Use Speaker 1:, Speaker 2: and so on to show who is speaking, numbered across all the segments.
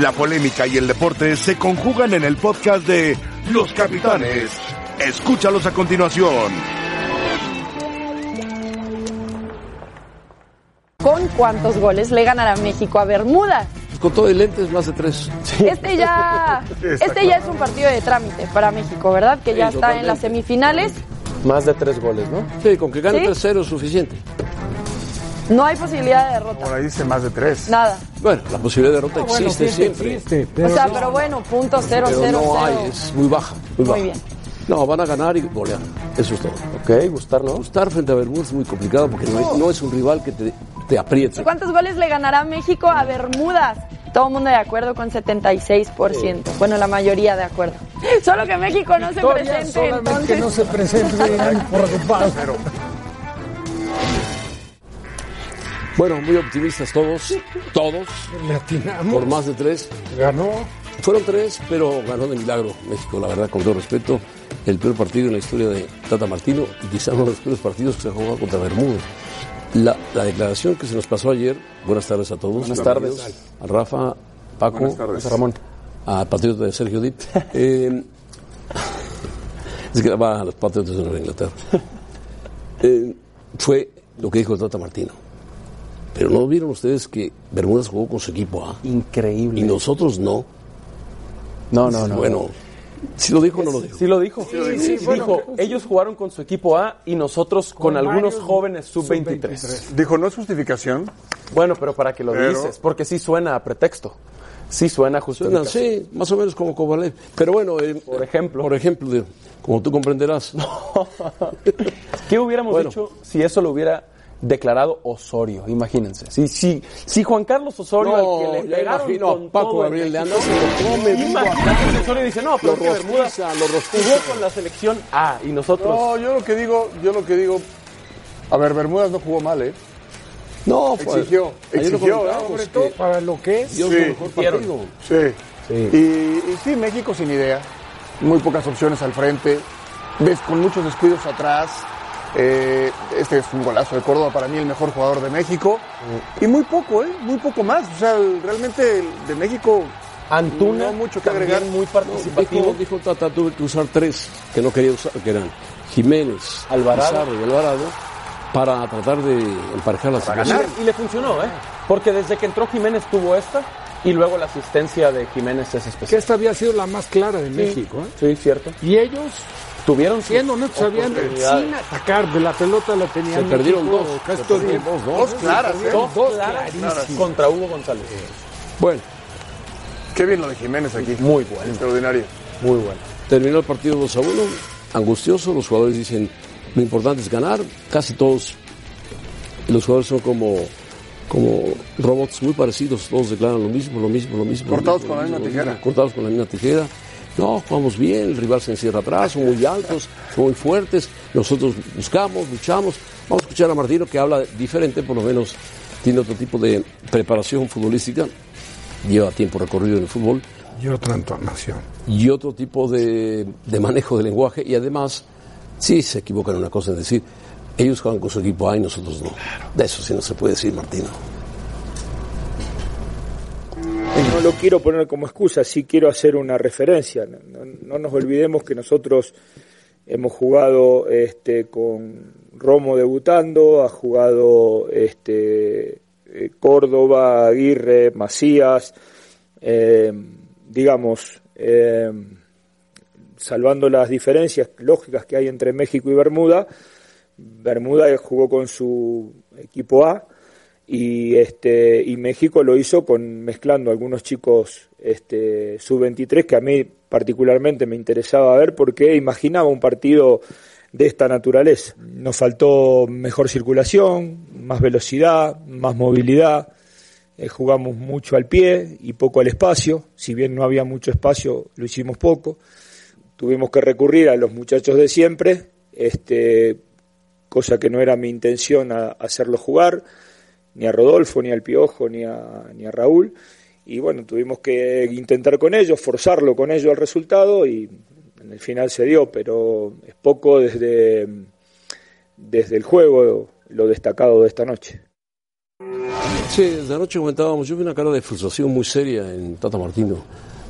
Speaker 1: La polémica y el deporte se conjugan en el podcast de Los Capitanes. Escúchalos a continuación.
Speaker 2: ¿Con cuántos goles le ganará México a Bermuda?
Speaker 3: Con todo y lentes más de tres.
Speaker 2: Este ya, este ya es un partido de trámite para México, ¿verdad? Que ya
Speaker 3: Sí,
Speaker 2: está en las semifinales.
Speaker 4: Más de tres goles, ¿no?
Speaker 3: Sí, con que gane
Speaker 2: ¿Sí?
Speaker 3: 3-0 es suficiente.
Speaker 2: No hay posibilidad de derrota.
Speaker 3: Por ahí dice más de tres.
Speaker 2: Nada.
Speaker 3: Bueno, la posibilidad de derrota
Speaker 2: Ah, bueno,
Speaker 3: existe
Speaker 2: sí,
Speaker 3: siempre.
Speaker 2: O sea, pero bueno, punto cero,
Speaker 3: Pero
Speaker 2: cero,
Speaker 3: no
Speaker 2: cero.
Speaker 3: hay, es muy baja. Muy, baja.
Speaker 2: bien.
Speaker 3: No, van a ganar y golear. Eso es todo. Ok, gustar, ¿no? Gustar frente a Bermuda es muy complicado porque no, es- no es un rival que te, te apriete.
Speaker 2: ¿Cuántos goles le ganará México a Bermudas? Todo el mundo de acuerdo con 76%. Bueno, la mayoría de acuerdo. Solo que México no se
Speaker 5: Victoria
Speaker 2: presente,
Speaker 5: solamente
Speaker 2: entonces.
Speaker 5: no se presente, no preocupado.
Speaker 3: Bueno, muy optimistas todos. Todos. Por más de tres. Ganó. Fueron tres, pero ganó de milagro México, la verdad, con todo respeto. El peor partido en la historia de Tata Martino y quizá uno de los peores partidos que se ha jugado contra Bermuda. La, la declaración que se nos pasó ayer, buenas tardes a todos.
Speaker 4: Buenas tardes.
Speaker 3: bienvenidos, A Rafa, Paco,
Speaker 4: Buenas tardes.
Speaker 3: a Ramón, a Patriota de Sergio Dip. Eh, es que va a los Patriotas de Nueva Inglaterra. Eh, fue lo que dijo el Tata Martino. Pero no vieron ustedes que Bermudas jugó con su equipo A. Increíble. Y nosotros no.
Speaker 6: No, no, no.
Speaker 3: Bueno, si lo dijo o no lo dijo.
Speaker 6: Sí lo dijo.
Speaker 3: Sí, sí,
Speaker 6: Sí,
Speaker 3: sí,
Speaker 6: dijo,
Speaker 3: bueno.
Speaker 6: ellos jugaron con su equipo A y nosotros con,
Speaker 7: Con
Speaker 6: algunos
Speaker 7: varios
Speaker 6: jóvenes sub-23.
Speaker 7: sub-23.
Speaker 6: dijo, ¿no es justificación? Bueno, pero para que lo
Speaker 7: Pero-
Speaker 6: dices, porque sí suena a pretexto. Sí suena a
Speaker 3: Suena,
Speaker 6: justificación.
Speaker 3: sí, más o menos como Kovalev. Pero bueno, por ejemplo. Por ejemplo, digo, como tú comprenderás.
Speaker 6: ¿Qué hubiéramos
Speaker 3: Bueno.
Speaker 6: dicho si eso lo hubiera declarado Osorio? Imagínense. Si, si, si Juan Carlos Osorio,
Speaker 3: No,
Speaker 6: al que le
Speaker 3: ya
Speaker 6: pegaron
Speaker 3: imagino a
Speaker 6: con
Speaker 3: Paco
Speaker 6: todo el
Speaker 3: Gabriel, le
Speaker 6: equipo,
Speaker 3: andas y lo come, vivo
Speaker 6: Imagínate, Osorio dice, no, pero
Speaker 3: Lo
Speaker 6: es que Bermuda jugó con la selección A y nosotros...
Speaker 7: No, yo lo que digo, yo lo que digo. A ver, Bermudas no jugó mal, ¿eh?
Speaker 3: No,
Speaker 5: fue-
Speaker 7: Exigió,
Speaker 5: Ayer lo
Speaker 7: exigió, ¿eh?
Speaker 5: comentábamos
Speaker 7: Sobre
Speaker 5: que
Speaker 7: todo
Speaker 5: para lo que es.
Speaker 7: Sí. Sí. Y, y sí, México sin idea. Muy pocas opciones al frente. Ves con muchos descuidos atrás. Eh, este es un golazo de Córdoba, para mí el mejor jugador de México. Y muy poco, ¿eh? Muy poco más. O sea, el- realmente el de México.
Speaker 6: Antuna
Speaker 7: No mucho que agregar.
Speaker 6: muy
Speaker 3: Dijo, dijo Tata, tuve que usar tres que no quería usar, que eran Jiménez,
Speaker 6: Alvarado.
Speaker 3: Pizarro y Alvarado, para tratar de emparejar la
Speaker 6: Para
Speaker 3: situación.
Speaker 6: ganar. Y le funcionó, ¿eh? Porque desde que entró Jiménez tuvo esta y luego la asistencia de Jiménez es especial.
Speaker 5: Que esta había sido la más clara de México. ¿eh?
Speaker 6: Sí, cierto.
Speaker 5: Y ellos,
Speaker 6: Tuvieron
Speaker 5: siendo no sabían,
Speaker 6: oportunidades.
Speaker 5: sin atacar, de la pelota la tenían.
Speaker 3: Se perdieron
Speaker 5: México,
Speaker 3: dos.
Speaker 5: casi
Speaker 3: Se
Speaker 5: todo el
Speaker 3: perdieron
Speaker 5: tiempo.
Speaker 3: dos, ¿no? Dos claras,
Speaker 5: Se perdieron
Speaker 6: Dos,
Speaker 5: ¿eh? dos
Speaker 6: claras
Speaker 5: clarísimas.
Speaker 6: contra Hugo González.
Speaker 3: Bueno.
Speaker 7: Qué bien lo de Jiménez aquí.
Speaker 6: Muy bueno.
Speaker 7: Extraordinario.
Speaker 6: Muy bueno.
Speaker 3: Terminó el partido 2 a 1, angustioso. Los jugadores dicen, lo importante es ganar. Casi todos, los jugadores son como, como robots muy parecidos. Todos declaran lo mismo, lo mismo, lo mismo. lo
Speaker 7: Cortados
Speaker 3: mismo,
Speaker 7: con la
Speaker 3: lo mismo,
Speaker 7: misma
Speaker 3: lo
Speaker 7: tijera.
Speaker 3: mismo, Cortados con la misma tijera. No, jugamos bien, el rival se encierra atrás, son muy altos, son muy fuertes. Nosotros buscamos, luchamos. Vamos a escuchar a Martino que habla diferente, por lo menos tiene otro tipo de preparación futbolística. Lleva tiempo recorrido en el fútbol
Speaker 5: Y otra entonación.
Speaker 3: y otro tipo de, de manejo de lenguaje. Y además, sí se equivocan en una cosa, es decir, ellos juegan con su equipo A y nosotros no. De eso sí no se puede decir, Martino.
Speaker 8: No lo quiero poner como excusa, sí quiero hacer una referencia. No, no- no nos olvidemos que nosotros hemos jugado este, con Romo debutando, ha jugado este, eh, Córdoba, Aguirre, Macías, eh, digamos, eh, salvando las diferencias lógicas que hay entre México y Bermuda. Bermuda jugó con su equipo A y este y México lo hizo con mezclando algunos chicos este sub 23 que a mí particularmente me interesaba ver porque imaginaba un partido de esta naturaleza. Nos faltó mejor circulación, más velocidad, más movilidad. Eh, jugamos mucho al pie y poco al espacio. Si bien no había mucho espacio, lo hicimos poco. Tuvimos que recurrir a los muchachos de siempre, este, cosa que no era mi intención a- hacerlos jugar ni a Rodolfo, ni al Piojo, ni a, ni a Raúl. Y bueno, tuvimos que intentar con ellos, forzarlo con ellos al resultado y en el final se dio, pero es poco desde, desde el juego lo destacado de esta noche.
Speaker 3: Sí, desde anoche comentábamos, yo vi una cara de frustración muy seria en Tata Martino.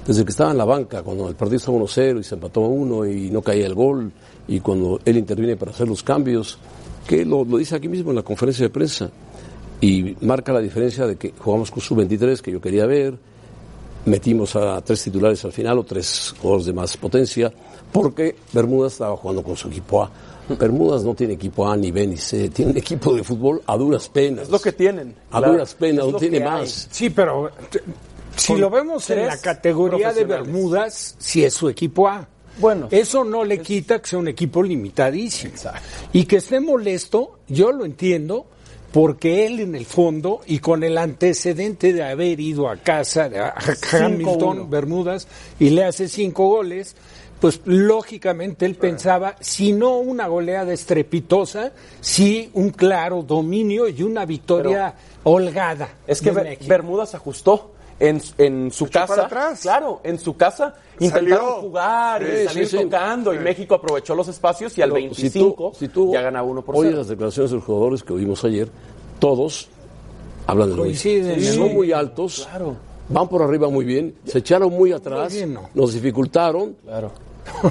Speaker 3: Desde que estaba en la banca, cuando el partido estaba 1-0 y se empató a 1 y no caía el gol, y cuando él interviene para hacer los cambios, que lo, lo dice aquí mismo en la conferencia de prensa, y marca la diferencia de que jugamos con sub-23, que yo quería ver, metimos a tres titulares al final o tres jugadores de más potencia, porque Bermudas estaba jugando con su equipo A. Bermudas no tiene equipo A ni B ni C, tiene un equipo de fútbol a duras penas.
Speaker 6: Es lo que tienen.
Speaker 3: A
Speaker 6: Claro.
Speaker 3: duras penas,
Speaker 6: Es
Speaker 3: no
Speaker 6: lo
Speaker 3: tiene
Speaker 6: que hay.
Speaker 3: más.
Speaker 5: Sí, pero te- si
Speaker 6: Con
Speaker 5: lo vemos en la
Speaker 6: tres
Speaker 5: categoría de
Speaker 6: profesionales.
Speaker 5: Bermudas, si es su equipo A.
Speaker 6: Bueno.
Speaker 5: Eso no le quita que sea un equipo limitadísimo. Y que esté molesto, yo lo entiendo, porque él en el fondo y con el antecedente de haber ido a casa de a- a Hamilton, Bermudas, y le hace cinco goles, pues lógicamente él pensaba, si no una goleada estrepitosa, sí un claro dominio y una victoria holgada.
Speaker 6: Es que
Speaker 5: de
Speaker 6: Ber-
Speaker 5: México.
Speaker 6: Bermudas ajustó en, en su casa. Claro, en su casa intentaron jugar
Speaker 3: Sí,
Speaker 6: y salir
Speaker 3: sí, sí.
Speaker 6: tocando y México aprovechó los espacios y al
Speaker 3: Pero
Speaker 6: 25
Speaker 3: si tú
Speaker 6: ya gana uno por
Speaker 3: oyes
Speaker 6: cero.
Speaker 3: las declaraciones de los jugadores que oímos ayer, todos hablan de lo
Speaker 5: Coinciden,
Speaker 3: mismo.
Speaker 5: sí.
Speaker 3: Son muy altos, van por arriba muy bien, se echaron muy atrás,
Speaker 5: Muy bien, no.
Speaker 3: nos dificultaron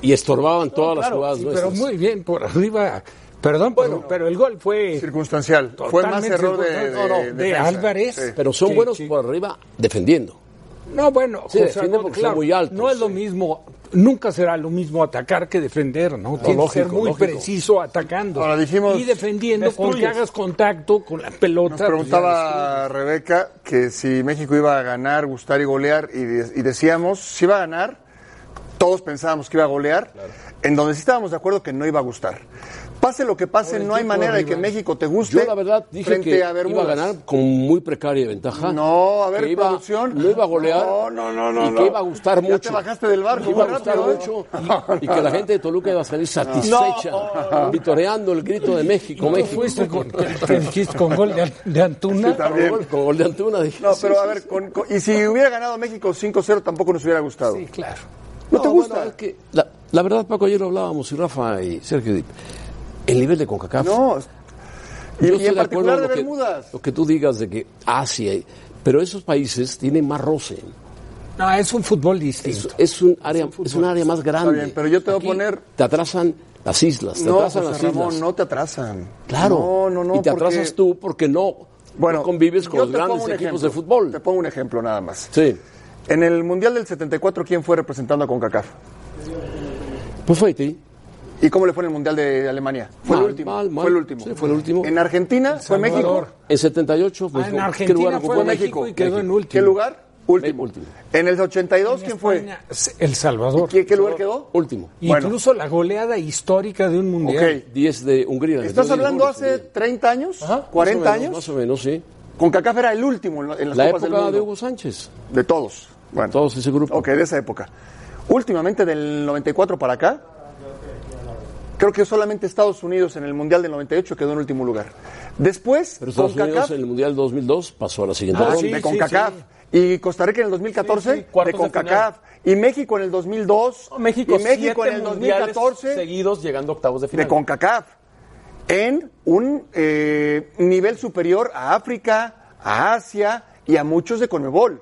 Speaker 3: y estorbaban todas las jugadas
Speaker 5: Sí,
Speaker 3: nuestras.
Speaker 5: pero muy bien por arriba. Perdón, pero, pero el gol fue
Speaker 7: Circunstancial. Fue más
Speaker 5: totalmente
Speaker 7: error de,
Speaker 5: circunstancial. No, no, de
Speaker 7: defensa.
Speaker 5: Álvarez.
Speaker 7: Sí.
Speaker 3: Pero son
Speaker 5: Sí,
Speaker 3: buenos
Speaker 5: sí.
Speaker 3: por arriba defendiendo.
Speaker 5: No, bueno,
Speaker 3: Sí, defiende
Speaker 5: no,
Speaker 3: porque son muy altos,
Speaker 5: No es lo
Speaker 3: sí.
Speaker 5: mismo, nunca será lo mismo atacar que defender, ¿no? Tienes que ser
Speaker 3: lógico,
Speaker 5: muy
Speaker 3: lógico.
Speaker 5: preciso atacando.
Speaker 7: Ahora dijimos-
Speaker 5: y defendiendo con que
Speaker 6: Destruyes.
Speaker 5: hagas contacto con la pelota.
Speaker 7: Nos
Speaker 5: pues,
Speaker 7: preguntaba Rebeca que si México iba a ganar, gustar y golear, y, de- y decíamos, si iba a ganar, todos pensábamos que iba a golear, en donde sí estábamos de acuerdo que no iba a gustar. Pase lo que pase, no hay manera de que México te guste
Speaker 3: ¿eh? Yo la verdad dije
Speaker 7: frente
Speaker 3: que
Speaker 7: a
Speaker 3: iba
Speaker 7: Bermudas.
Speaker 3: a ganar con muy precaria ventaja.
Speaker 7: No, a ver,
Speaker 3: que iba-
Speaker 7: producción.
Speaker 3: No iba a golear.
Speaker 7: No, no, no, no,
Speaker 3: Y
Speaker 7: no.
Speaker 3: que iba a gustar
Speaker 7: Ya
Speaker 3: mucho.
Speaker 7: te bajaste del barco,
Speaker 3: Que iba a
Speaker 7: muy
Speaker 3: gustar
Speaker 7: rápido,
Speaker 3: mucho. Y, y que la gente de Toluca iba a salir satisfecha, vitoreando el grito de México,
Speaker 5: ¿Cómo
Speaker 3: México.
Speaker 5: fuiste con, te dijiste con gol de, de Antuna?
Speaker 3: Con gol, con gol de Antuna. dije,
Speaker 7: No,
Speaker 3: sí,
Speaker 7: pero
Speaker 3: sí,
Speaker 7: a ver, con- con- y si hubiera ganado México 5-0 tampoco nos hubiera gustado.
Speaker 5: Sí, claro.
Speaker 7: ¿No te gusta?
Speaker 3: bueno, es que la, la verdad, Paco, ayer lo hablábamos, y Rafa y Sergio, el nivel de CONCACAF.
Speaker 7: No. Y,
Speaker 3: Yo
Speaker 7: y
Speaker 3: estoy
Speaker 7: en
Speaker 3: de acuerdo
Speaker 7: particular de
Speaker 3: lo que-
Speaker 7: Bermudas.
Speaker 3: Lo que tú digas de que Asia, y- pero esos países tienen más roce.
Speaker 5: No, es un fútbol
Speaker 3: Es,
Speaker 5: distinto.
Speaker 3: es un área, es, un área más grande.
Speaker 7: bien, pero yo te voy a
Speaker 3: Aquí
Speaker 7: poner-
Speaker 3: Te atrasan las islas, te
Speaker 7: No,
Speaker 3: atrasan
Speaker 7: José
Speaker 3: las
Speaker 7: Ramón,
Speaker 3: islas.
Speaker 7: no te atrasan.
Speaker 3: claro.
Speaker 7: No, no, no.
Speaker 3: Y te
Speaker 7: porque-
Speaker 3: atrasas tú porque no,
Speaker 7: Bueno,
Speaker 3: no convives con
Speaker 7: yo
Speaker 3: los
Speaker 7: te pongo
Speaker 3: grandes
Speaker 7: un
Speaker 3: equipos de
Speaker 7: ejemplo.
Speaker 3: fútbol.
Speaker 7: Te pongo un ejemplo nada más.
Speaker 3: Sí.
Speaker 7: En el Mundial del 74, ¿quién fue representando a CONCACAF?
Speaker 3: Pues fue Haití.
Speaker 7: ¿Y cómo le fue en el Mundial de Alemania? Fue
Speaker 3: Mal,
Speaker 7: el último.
Speaker 3: mal, mal.
Speaker 7: Fue el último.
Speaker 3: Sí, fue el último.
Speaker 7: En Argentina fue México.
Speaker 3: En 78,
Speaker 5: Ah,
Speaker 3: pues,
Speaker 5: en
Speaker 3: ¿qué
Speaker 5: Argentina
Speaker 3: lugar
Speaker 5: fue
Speaker 3: ocupó
Speaker 5: México, y quedó en último.
Speaker 7: ¿Qué lugar? Último.
Speaker 3: Último.
Speaker 7: En el 82,
Speaker 5: En
Speaker 7: ¿quién fue?
Speaker 5: España, El Salvador.
Speaker 7: ¿Qué, qué lugar quedó?
Speaker 3: Último.
Speaker 7: Bueno.
Speaker 5: Incluso la goleada histórica de un mundial.
Speaker 7: Ok.
Speaker 3: 10 de Hungría.
Speaker 7: ¿Estás
Speaker 3: Entonces,
Speaker 7: hablando
Speaker 3: goles,
Speaker 7: hace
Speaker 3: Hungría.
Speaker 7: 30 años?
Speaker 3: Más o
Speaker 7: 40
Speaker 3: menos,
Speaker 7: años.
Speaker 3: Más o menos, sí.
Speaker 7: CONCACAF era el último en la- en las
Speaker 3: La
Speaker 7: copas del
Speaker 3: época
Speaker 7: mundo.
Speaker 3: de Hugo Sánchez.
Speaker 7: De todos. Bueno.
Speaker 3: Todos ese grupo.
Speaker 7: Ok, de esa época. Últimamente, del 94 para acá, creo que solamente Estados Unidos en el Mundial del 98 quedó en último lugar. Después,
Speaker 3: Pero Estados
Speaker 7: CONCACAF, Ah,
Speaker 3: Unidos en el Ah, Mundial 2002 pasó a la siguiente
Speaker 7: de
Speaker 3: ronda.
Speaker 5: sí, sí,
Speaker 7: CONCACAF.
Speaker 5: sí.
Speaker 7: Y Costa Rica en el 2014,
Speaker 6: Sí, sí, cuartos
Speaker 7: de
Speaker 6: de
Speaker 7: CONCACAF. y México en el 2002.
Speaker 6: México,
Speaker 7: y México
Speaker 6: siete
Speaker 7: en el
Speaker 6: mundiales
Speaker 7: 2014,
Speaker 6: seguidos llegando a octavos de final.
Speaker 7: de CONCACAF. En un eh, nivel superior a África, a Asia y a muchos de Conmebol.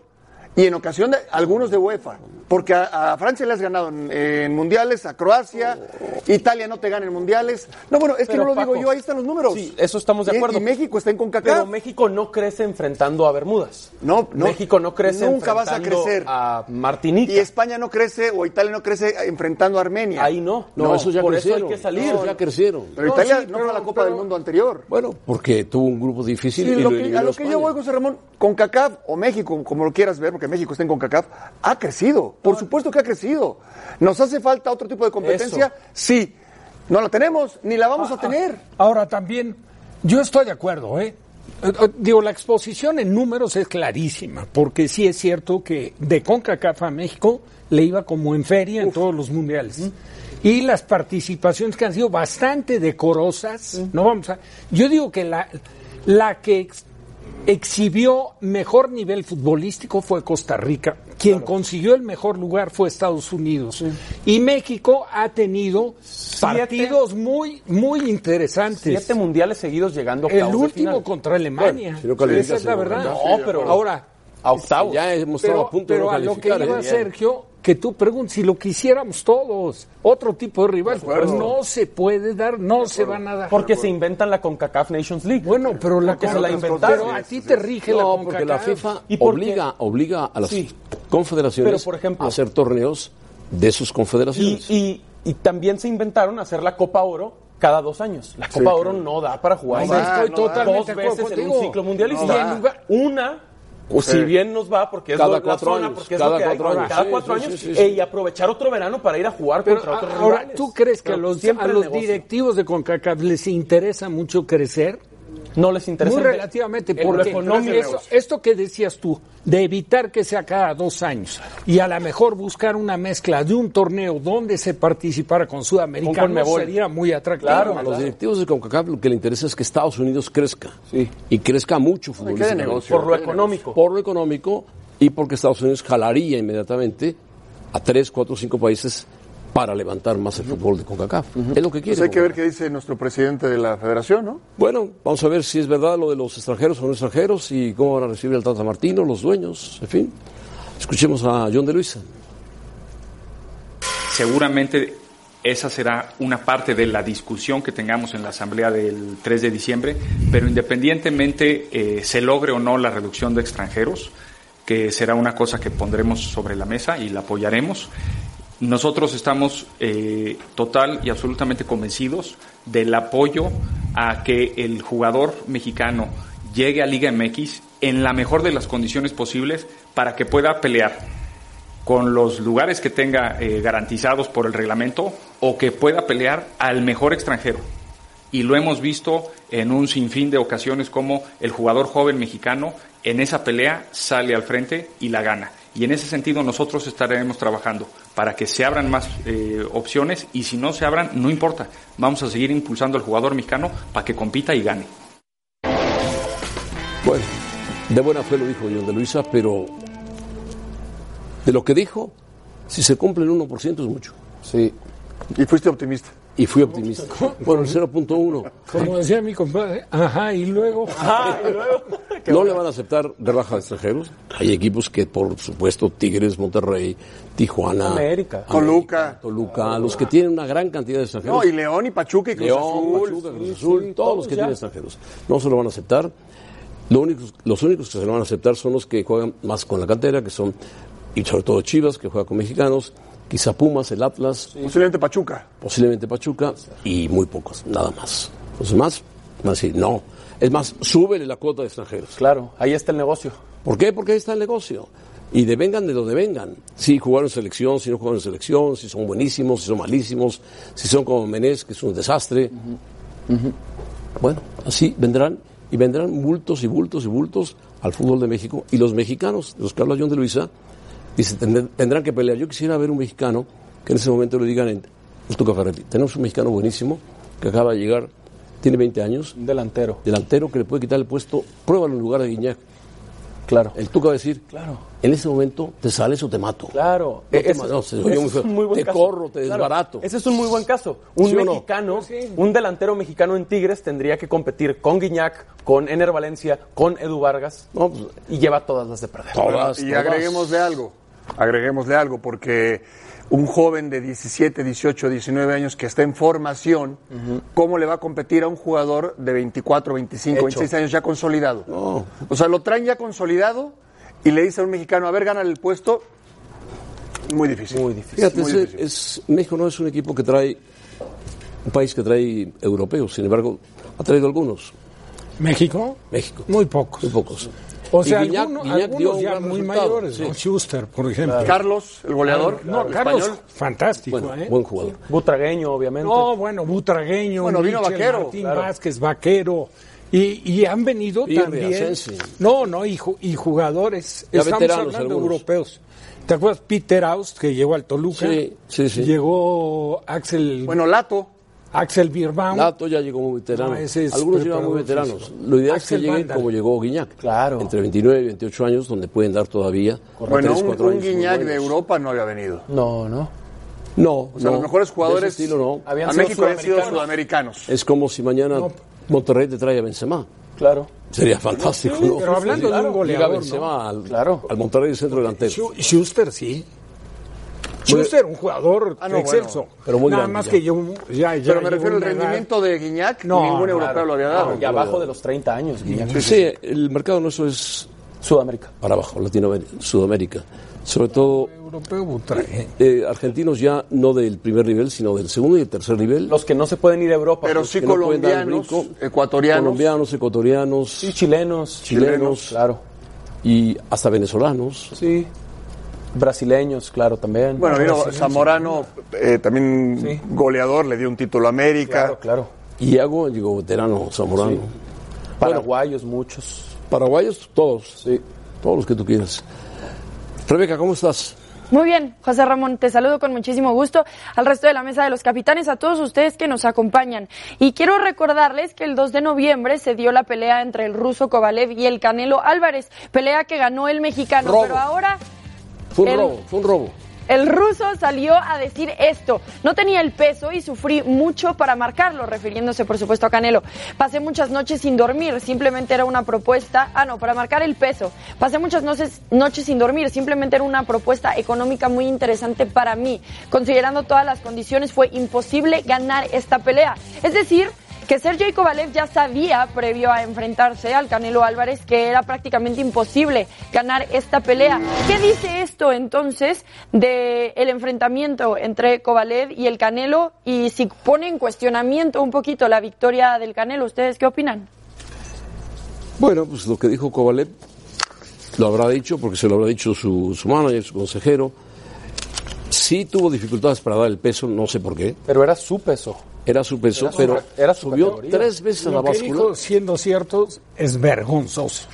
Speaker 7: Y en ocasión de algunos de UEFA. Porque a, a Francia le has ganado en, en mundiales, a Croacia, Italia no te gana en mundiales. No, bueno, es que
Speaker 6: Pero,
Speaker 7: no lo digo
Speaker 6: Paco,
Speaker 7: yo, ahí están los números.
Speaker 6: sí, eso estamos de
Speaker 7: Y-
Speaker 6: acuerdo.
Speaker 7: Y, México está en
Speaker 6: Pero
Speaker 7: CONCACAF.
Speaker 6: México no crece enfrentando a Bermudas.
Speaker 7: No, no.
Speaker 6: México no crece
Speaker 7: Nunca vas a
Speaker 6: enfrentando
Speaker 7: crecer.
Speaker 6: a Martinica.
Speaker 7: Y España no crece o Italia no crece enfrentando a Armenia.
Speaker 6: Ahí no.
Speaker 3: No, esos ya
Speaker 6: por
Speaker 3: crecieron.
Speaker 6: eso hay que salir.
Speaker 3: Esos ya crecieron.
Speaker 7: Pero
Speaker 6: No,
Speaker 7: Italia
Speaker 6: sí,
Speaker 7: no
Speaker 6: pero-
Speaker 7: fue a la Copa
Speaker 6: pero-
Speaker 7: del Mundo anterior.
Speaker 3: Bueno, porque tuvo un grupo difícil
Speaker 7: Sí,
Speaker 3: y
Speaker 7: lo
Speaker 3: lo
Speaker 7: que-
Speaker 3: eliminó
Speaker 7: a lo que
Speaker 3: España.
Speaker 7: yo voy, José Ramón, con CACAF o México, como lo quieras ver, porque México está en CONCACAF, ha crecido. Por supuesto que ha crecido. ¿Nos hace falta otro tipo de competencia?
Speaker 6: Eso.
Speaker 7: Sí. No la tenemos, ni la vamos a tener.
Speaker 5: Ah, Ahora también, yo estoy de acuerdo, ¿eh? Eh, eh, Digo, la exposición en números es clarísima, porque sí es cierto que de CONCACAF a México le iba como en feria en todos los mundiales. Y las participaciones que han sido bastante decorosas, no vamos a... Yo digo que la, la que ex- exhibió mejor nivel futbolístico fue Costa Rica. Quien consiguió el mejor lugar fue Estados Unidos. Y México ha tenido partidos muy, muy interesantes.
Speaker 6: Siete mundiales seguidos llegando a
Speaker 5: El
Speaker 6: octavos de
Speaker 5: último
Speaker 6: final.
Speaker 5: contra Alemania.
Speaker 3: si no calificas,
Speaker 5: Esa es la
Speaker 3: seguro,
Speaker 5: verdad.
Speaker 3: ¿no?
Speaker 6: No, pero
Speaker 5: ahora
Speaker 6: a octavos.
Speaker 3: Ya hemos estado
Speaker 5: pero,
Speaker 3: a punto de
Speaker 5: pero
Speaker 3: no
Speaker 5: a lo que
Speaker 3: calificar.
Speaker 5: iba
Speaker 3: ¿eh?
Speaker 5: Sergio, que tú preguntas, si lo quisiéramos todos, otro tipo de rival, pues no se puede dar, no se van a dar.
Speaker 6: Porque se inventan la CONCACAF Nations League.
Speaker 5: bueno, pero la
Speaker 6: Porque se
Speaker 5: cosa
Speaker 6: la inventaron.
Speaker 5: Pero a ti te rige la
Speaker 3: No, porque la
Speaker 5: CONCACAF.
Speaker 3: FIFA
Speaker 6: ¿Y por qué?
Speaker 3: obliga, obliga a las
Speaker 6: Sí.
Speaker 3: confederaciones
Speaker 6: Pero, por ejemplo-
Speaker 3: a hacer torneos de sus
Speaker 6: y,
Speaker 3: confederaciones.
Speaker 6: y, y también se inventaron hacer la Copa Oro cada dos años. La Copa Oro no da para jugar
Speaker 5: No da, Estoy no da.
Speaker 6: dos
Speaker 5: totalmente de acuerdo
Speaker 6: veces en un
Speaker 5: contigo.
Speaker 6: ciclo mundialista.
Speaker 5: No da.
Speaker 6: Y en lugar- una, o si bien nos va, porque es
Speaker 3: Cada
Speaker 6: lo- la
Speaker 3: cuatro
Speaker 6: zona,
Speaker 3: años,
Speaker 6: porque es
Speaker 3: cada
Speaker 6: lo que hay,
Speaker 3: cuatro años.
Speaker 6: cada
Speaker 3: Sí,
Speaker 6: cuatro
Speaker 3: sí,
Speaker 6: años,
Speaker 3: sí, sí, sí.
Speaker 6: eh, y aprovechar otro verano para ir a jugar
Speaker 5: Pero
Speaker 6: contra otros
Speaker 5: a- ahora,
Speaker 6: rivales.
Speaker 5: ¿tú crees que a
Speaker 6: Pero
Speaker 5: los,
Speaker 6: siempre
Speaker 5: a
Speaker 6: el
Speaker 5: los
Speaker 6: negocio.
Speaker 5: directivos de CONCACAF les interesa mucho crecer?
Speaker 6: No les interesa.
Speaker 5: Muy
Speaker 6: el-
Speaker 5: relativamente,
Speaker 6: el-
Speaker 5: porque
Speaker 6: lo económico.
Speaker 5: esto, esto que decías tú, de evitar que sea cada dos años y a lo mejor buscar una mezcla de un torneo donde se participara con
Speaker 6: Con
Speaker 5: Sudamérica
Speaker 6: Conmebol.
Speaker 5: sería muy atractivo.
Speaker 6: Claro,
Speaker 3: a los
Speaker 6: claro.
Speaker 3: directivos de CONCACAF lo que le interesa es que Estados Unidos crezca. Y crezca mucho futbolísticamente.
Speaker 6: Por lo económico.
Speaker 3: Por lo económico y porque Estados Unidos jalaría inmediatamente a tres, cuatro, cinco países para levantar más el fútbol de CONCACAF. Es lo que quiere.
Speaker 7: Pues hay que ver
Speaker 3: CONCACAF.
Speaker 7: qué dice nuestro presidente de la federación, ¿no?
Speaker 3: Bueno, vamos a ver si es verdad lo de los extranjeros o no extranjeros y cómo van a recibir al Tata Martino, los dueños, en fin. Escuchemos a John de Luisa.
Speaker 9: Seguramente esa será una parte de la discusión que tengamos en la Asamblea del 3 de diciembre, pero independientemente eh, se logre o no la reducción de extranjeros, que será una cosa que pondremos sobre la mesa y la apoyaremos, nosotros estamos eh, total y absolutamente convencidos del apoyo a que el jugador mexicano llegue a Liga MX en la mejor de las condiciones posibles para que pueda pelear con los lugares que tenga eh, garantizados por el reglamento o que pueda pelear al mejor extranjero. Y lo hemos visto en un sinfín de ocasiones como el jugador joven mexicano en esa pelea sale al frente y la gana. Y en ese sentido nosotros estaremos trabajando para que se abran más eh, opciones y si no se abran, no importa. Vamos a seguir impulsando al jugador mexicano para que compita y gane.
Speaker 3: Bueno, de buena fe lo dijo John de Luisa, pero de lo que dijo, si se cumple el 1% es mucho.
Speaker 4: Sí.
Speaker 7: Y fuiste optimista.
Speaker 3: Y fui optimista. Bueno, el 0.1.
Speaker 5: Como decía mi compadre, ajá, y luego...
Speaker 3: No le van a aceptar de raja a extranjeros. Hay equipos que, por supuesto, Tigres, Monterrey, Tijuana,
Speaker 6: América.
Speaker 7: Toluca.
Speaker 3: Toluca, los que tienen una gran cantidad de extranjeros.
Speaker 7: No, y León y Pachuca y Cruz
Speaker 3: León,
Speaker 7: Azul.
Speaker 3: Pachuca, Cruz Azul, todos los que tienen extranjeros. No se lo van a aceptar. Lo único- los únicos que se lo van a aceptar son los que juegan más con la cantera, que son, y sobre todo Chivas, que juega con mexicanos, quizá Pumas, el Atlas,
Speaker 7: Posiblemente Pachuca.
Speaker 3: posiblemente Pachuca, y muy pocos, nada más. Los demás van a decir, no. Es más, súbele la cuota de extranjeros.
Speaker 6: Claro, ahí está el negocio.
Speaker 3: ¿Por qué? Porque ahí está el negocio. Y devengan de donde vengan. Si jugaron en selección, si no jugaron en selección, si son buenísimos, si son malísimos, si son como Menés, que es un desastre. Bueno, así vendrán y vendrán bultos y bultos y bultos al fútbol de México. Y los mexicanos, de los que habla John de Luisa, dice, "Tendr- tendrán que pelear. Yo quisiera ver un mexicano que en ese momento le digan, en, el Tuca Ferretti, tenemos un mexicano buenísimo que acaba de llegar, tiene 20 años,
Speaker 6: Un delantero.
Speaker 3: delantero que le puede quitar el puesto, pruébalo en lugar de Guiñac.
Speaker 6: Claro.
Speaker 3: El Tuca va a decir,
Speaker 6: Claro.
Speaker 3: en ese momento te sales o te mato.
Speaker 6: Claro.
Speaker 3: No
Speaker 6: Eh,
Speaker 3: te
Speaker 6: ese-
Speaker 3: ma- no, se
Speaker 6: ese
Speaker 3: oye muy
Speaker 6: es
Speaker 3: feo.
Speaker 6: un muy buen
Speaker 3: Te
Speaker 6: caso.
Speaker 3: corro, te
Speaker 6: Claro,
Speaker 3: desbarato.
Speaker 6: Ese es un muy buen caso. Un
Speaker 3: ¿Sí o no?
Speaker 6: mexicano, un delantero mexicano en Tigres tendría que competir con Guiñac, con Ener Valencia, con Edu Vargas
Speaker 3: No, pues,
Speaker 6: y lleva todas las de perder.
Speaker 3: todas,
Speaker 7: Y
Speaker 3: todas.
Speaker 7: agreguémosle algo. Agreguémosle algo, porque un joven de 17, 18, 19 años que está en formación, ¿cómo le va a competir a un jugador de 24, 25, 26 años ya consolidado?
Speaker 3: No.
Speaker 7: O sea, lo traen ya consolidado y le dice a un mexicano, a ver, gana el puesto. Muy difícil. Muy difícil.
Speaker 3: Fíjate, ese- es- México no es un equipo que trae, un país que trae europeos, sin embargo, ha traído algunos,
Speaker 5: ¿México?
Speaker 3: México.
Speaker 5: Muy pocos.
Speaker 3: muy pocos.
Speaker 5: O
Speaker 3: Y
Speaker 5: sea,
Speaker 3: Guiñac-
Speaker 5: alguno-
Speaker 3: Guiñac dio
Speaker 5: algunos
Speaker 3: un
Speaker 5: ya
Speaker 3: gran
Speaker 5: muy
Speaker 3: resultado,
Speaker 5: mayores,
Speaker 3: sí.
Speaker 5: ¿no? Schuster, por ejemplo.
Speaker 7: Carlos, el goleador.
Speaker 5: no,
Speaker 7: el
Speaker 5: Carlos,
Speaker 7: español.
Speaker 5: fantástico,
Speaker 3: Bueno,
Speaker 5: ¿eh?
Speaker 3: buen jugador.
Speaker 6: Butragueño, obviamente.
Speaker 5: No, bueno, Butragueño,
Speaker 7: Bueno, vino
Speaker 5: Mitchell,
Speaker 7: Vaquero,
Speaker 5: Martín
Speaker 7: claro.
Speaker 5: Vázquez, Vaquero. Y, y han venido
Speaker 3: Pirri,
Speaker 5: también.
Speaker 3: Asensi.
Speaker 5: No, no, y, ju- y jugadores.
Speaker 3: Ya
Speaker 5: Estamos
Speaker 3: veteranos
Speaker 5: hablando
Speaker 3: algunos.
Speaker 5: europeos. ¿Te acuerdas Peter Aust que llegó al Toluca?
Speaker 3: Sí, sí, sí.
Speaker 5: Llegó Axel
Speaker 7: Bueno, Lato.
Speaker 5: Axel Birbaum.
Speaker 3: Lato ya llegó muy veterano.
Speaker 5: No, ese es
Speaker 3: Algunos llegan muy
Speaker 5: preparador
Speaker 3: veteranos.
Speaker 5: físico.
Speaker 3: Lo ideal
Speaker 5: Axel
Speaker 3: es que lleguen
Speaker 5: Wandal.
Speaker 3: como llegó Guiñac. Claro. Entre 29 y 28 años, donde pueden dar todavía.
Speaker 7: Bueno,
Speaker 3: tres,
Speaker 7: un,
Speaker 3: cuatro
Speaker 7: un
Speaker 3: años muy
Speaker 7: Guiñac
Speaker 3: buenos.
Speaker 7: de Europa no había venido.
Speaker 3: No, no. No.
Speaker 7: O sea, los mejores jugadores a México habían sido sudamericanos.
Speaker 3: Es como si mañana Monterrey te trae a Benzema.
Speaker 6: Claro.
Speaker 3: Sería fantástico,
Speaker 5: Sí,
Speaker 3: ¿no?
Speaker 5: pero hablando de un goleador,
Speaker 3: Llega Benzema
Speaker 5: ¿no?
Speaker 3: al, al Monterrey de centro delantero.
Speaker 5: Schuster sí. Schuster, un jugador
Speaker 7: Ah, no,
Speaker 5: excelso.
Speaker 7: bueno. Pero muy
Speaker 5: Nada
Speaker 7: grande
Speaker 5: más
Speaker 7: ya.
Speaker 5: que yo ya, ya
Speaker 7: Pero me refiero al rendimiento de Guiñac,
Speaker 5: No,
Speaker 7: ningún
Speaker 5: claro.
Speaker 7: europeo lo había dado.
Speaker 6: y abajo de los 30 años, Guiñac.
Speaker 3: Sí, sí, el mercado nuestro es.
Speaker 6: Sudamérica.
Speaker 3: Para abajo, Latinoamérica, Sudamérica. Sobre todo. eh, argentinos ya no del primer nivel, sino del segundo y el tercer nivel.
Speaker 6: Los que no se pueden ir a Europa.
Speaker 7: Pero
Speaker 3: Los
Speaker 7: sí
Speaker 3: que no pueden dar el
Speaker 7: colombianos,
Speaker 3: brinco.
Speaker 7: ecuatorianos.
Speaker 3: Colombianos, ecuatorianos.
Speaker 6: Sí, chilenos.
Speaker 3: Chilenos. Claro. Y hasta venezolanos.
Speaker 6: Sí. Brasileños, claro, también.
Speaker 7: Bueno,
Speaker 3: Pues
Speaker 7: vino Zamorano, eh, también goleador, le dio un título a América.
Speaker 6: Claro, claro.
Speaker 3: Y hago, digo, veterano, zamorano.
Speaker 6: Paraguayos, muchos.
Speaker 3: Paraguayos, todos. Sí. Todos los que tú quieras. Rebeca, ¿cómo estás?
Speaker 2: Muy bien, José Ramón, te saludo con muchísimo gusto al resto de la mesa de los capitanes, a todos ustedes que nos acompañan. Y quiero recordarles que el 2 de noviembre se dio la pelea entre el ruso Kovalev y el Canelo Álvarez, pelea que ganó el mexicano,
Speaker 3: Robo.
Speaker 2: pero ahora
Speaker 3: Fue un
Speaker 2: El-
Speaker 3: robo, fue un robo.
Speaker 2: el ruso salió a decir esto. No tenía el peso y sufrí mucho para marcarlo, refiriéndose por supuesto a Canelo. Pasé muchas noches sin dormir, simplemente era una propuesta. Ah, no, para marcar el peso. Pasé muchas noches, noches sin dormir, simplemente era una propuesta económica muy interesante para mí. Considerando todas las condiciones, fue imposible ganar esta pelea. Es decir, que Sergio Kovalev ya sabía previo a enfrentarse al Canelo Álvarez que era prácticamente imposible ganar esta pelea. ¿Qué dice esto entonces de el enfrentamiento entre Kovalev y el Canelo y si pone en cuestionamiento un poquito la victoria del Canelo? ¿Ustedes qué opinan?
Speaker 3: Bueno, pues lo que dijo Kovalev lo habrá dicho porque se lo habrá dicho su, su manager, su consejero. Sí tuvo dificultades para dar el peso, no sé por qué.
Speaker 6: Pero era su peso.
Speaker 3: Era su peso,
Speaker 6: Era su-
Speaker 3: pero
Speaker 6: era su
Speaker 3: subió
Speaker 6: categoría.
Speaker 3: tres veces a la
Speaker 5: Lo que
Speaker 3: báscula.
Speaker 5: dijo, siendo ciertos, es vergonzoso.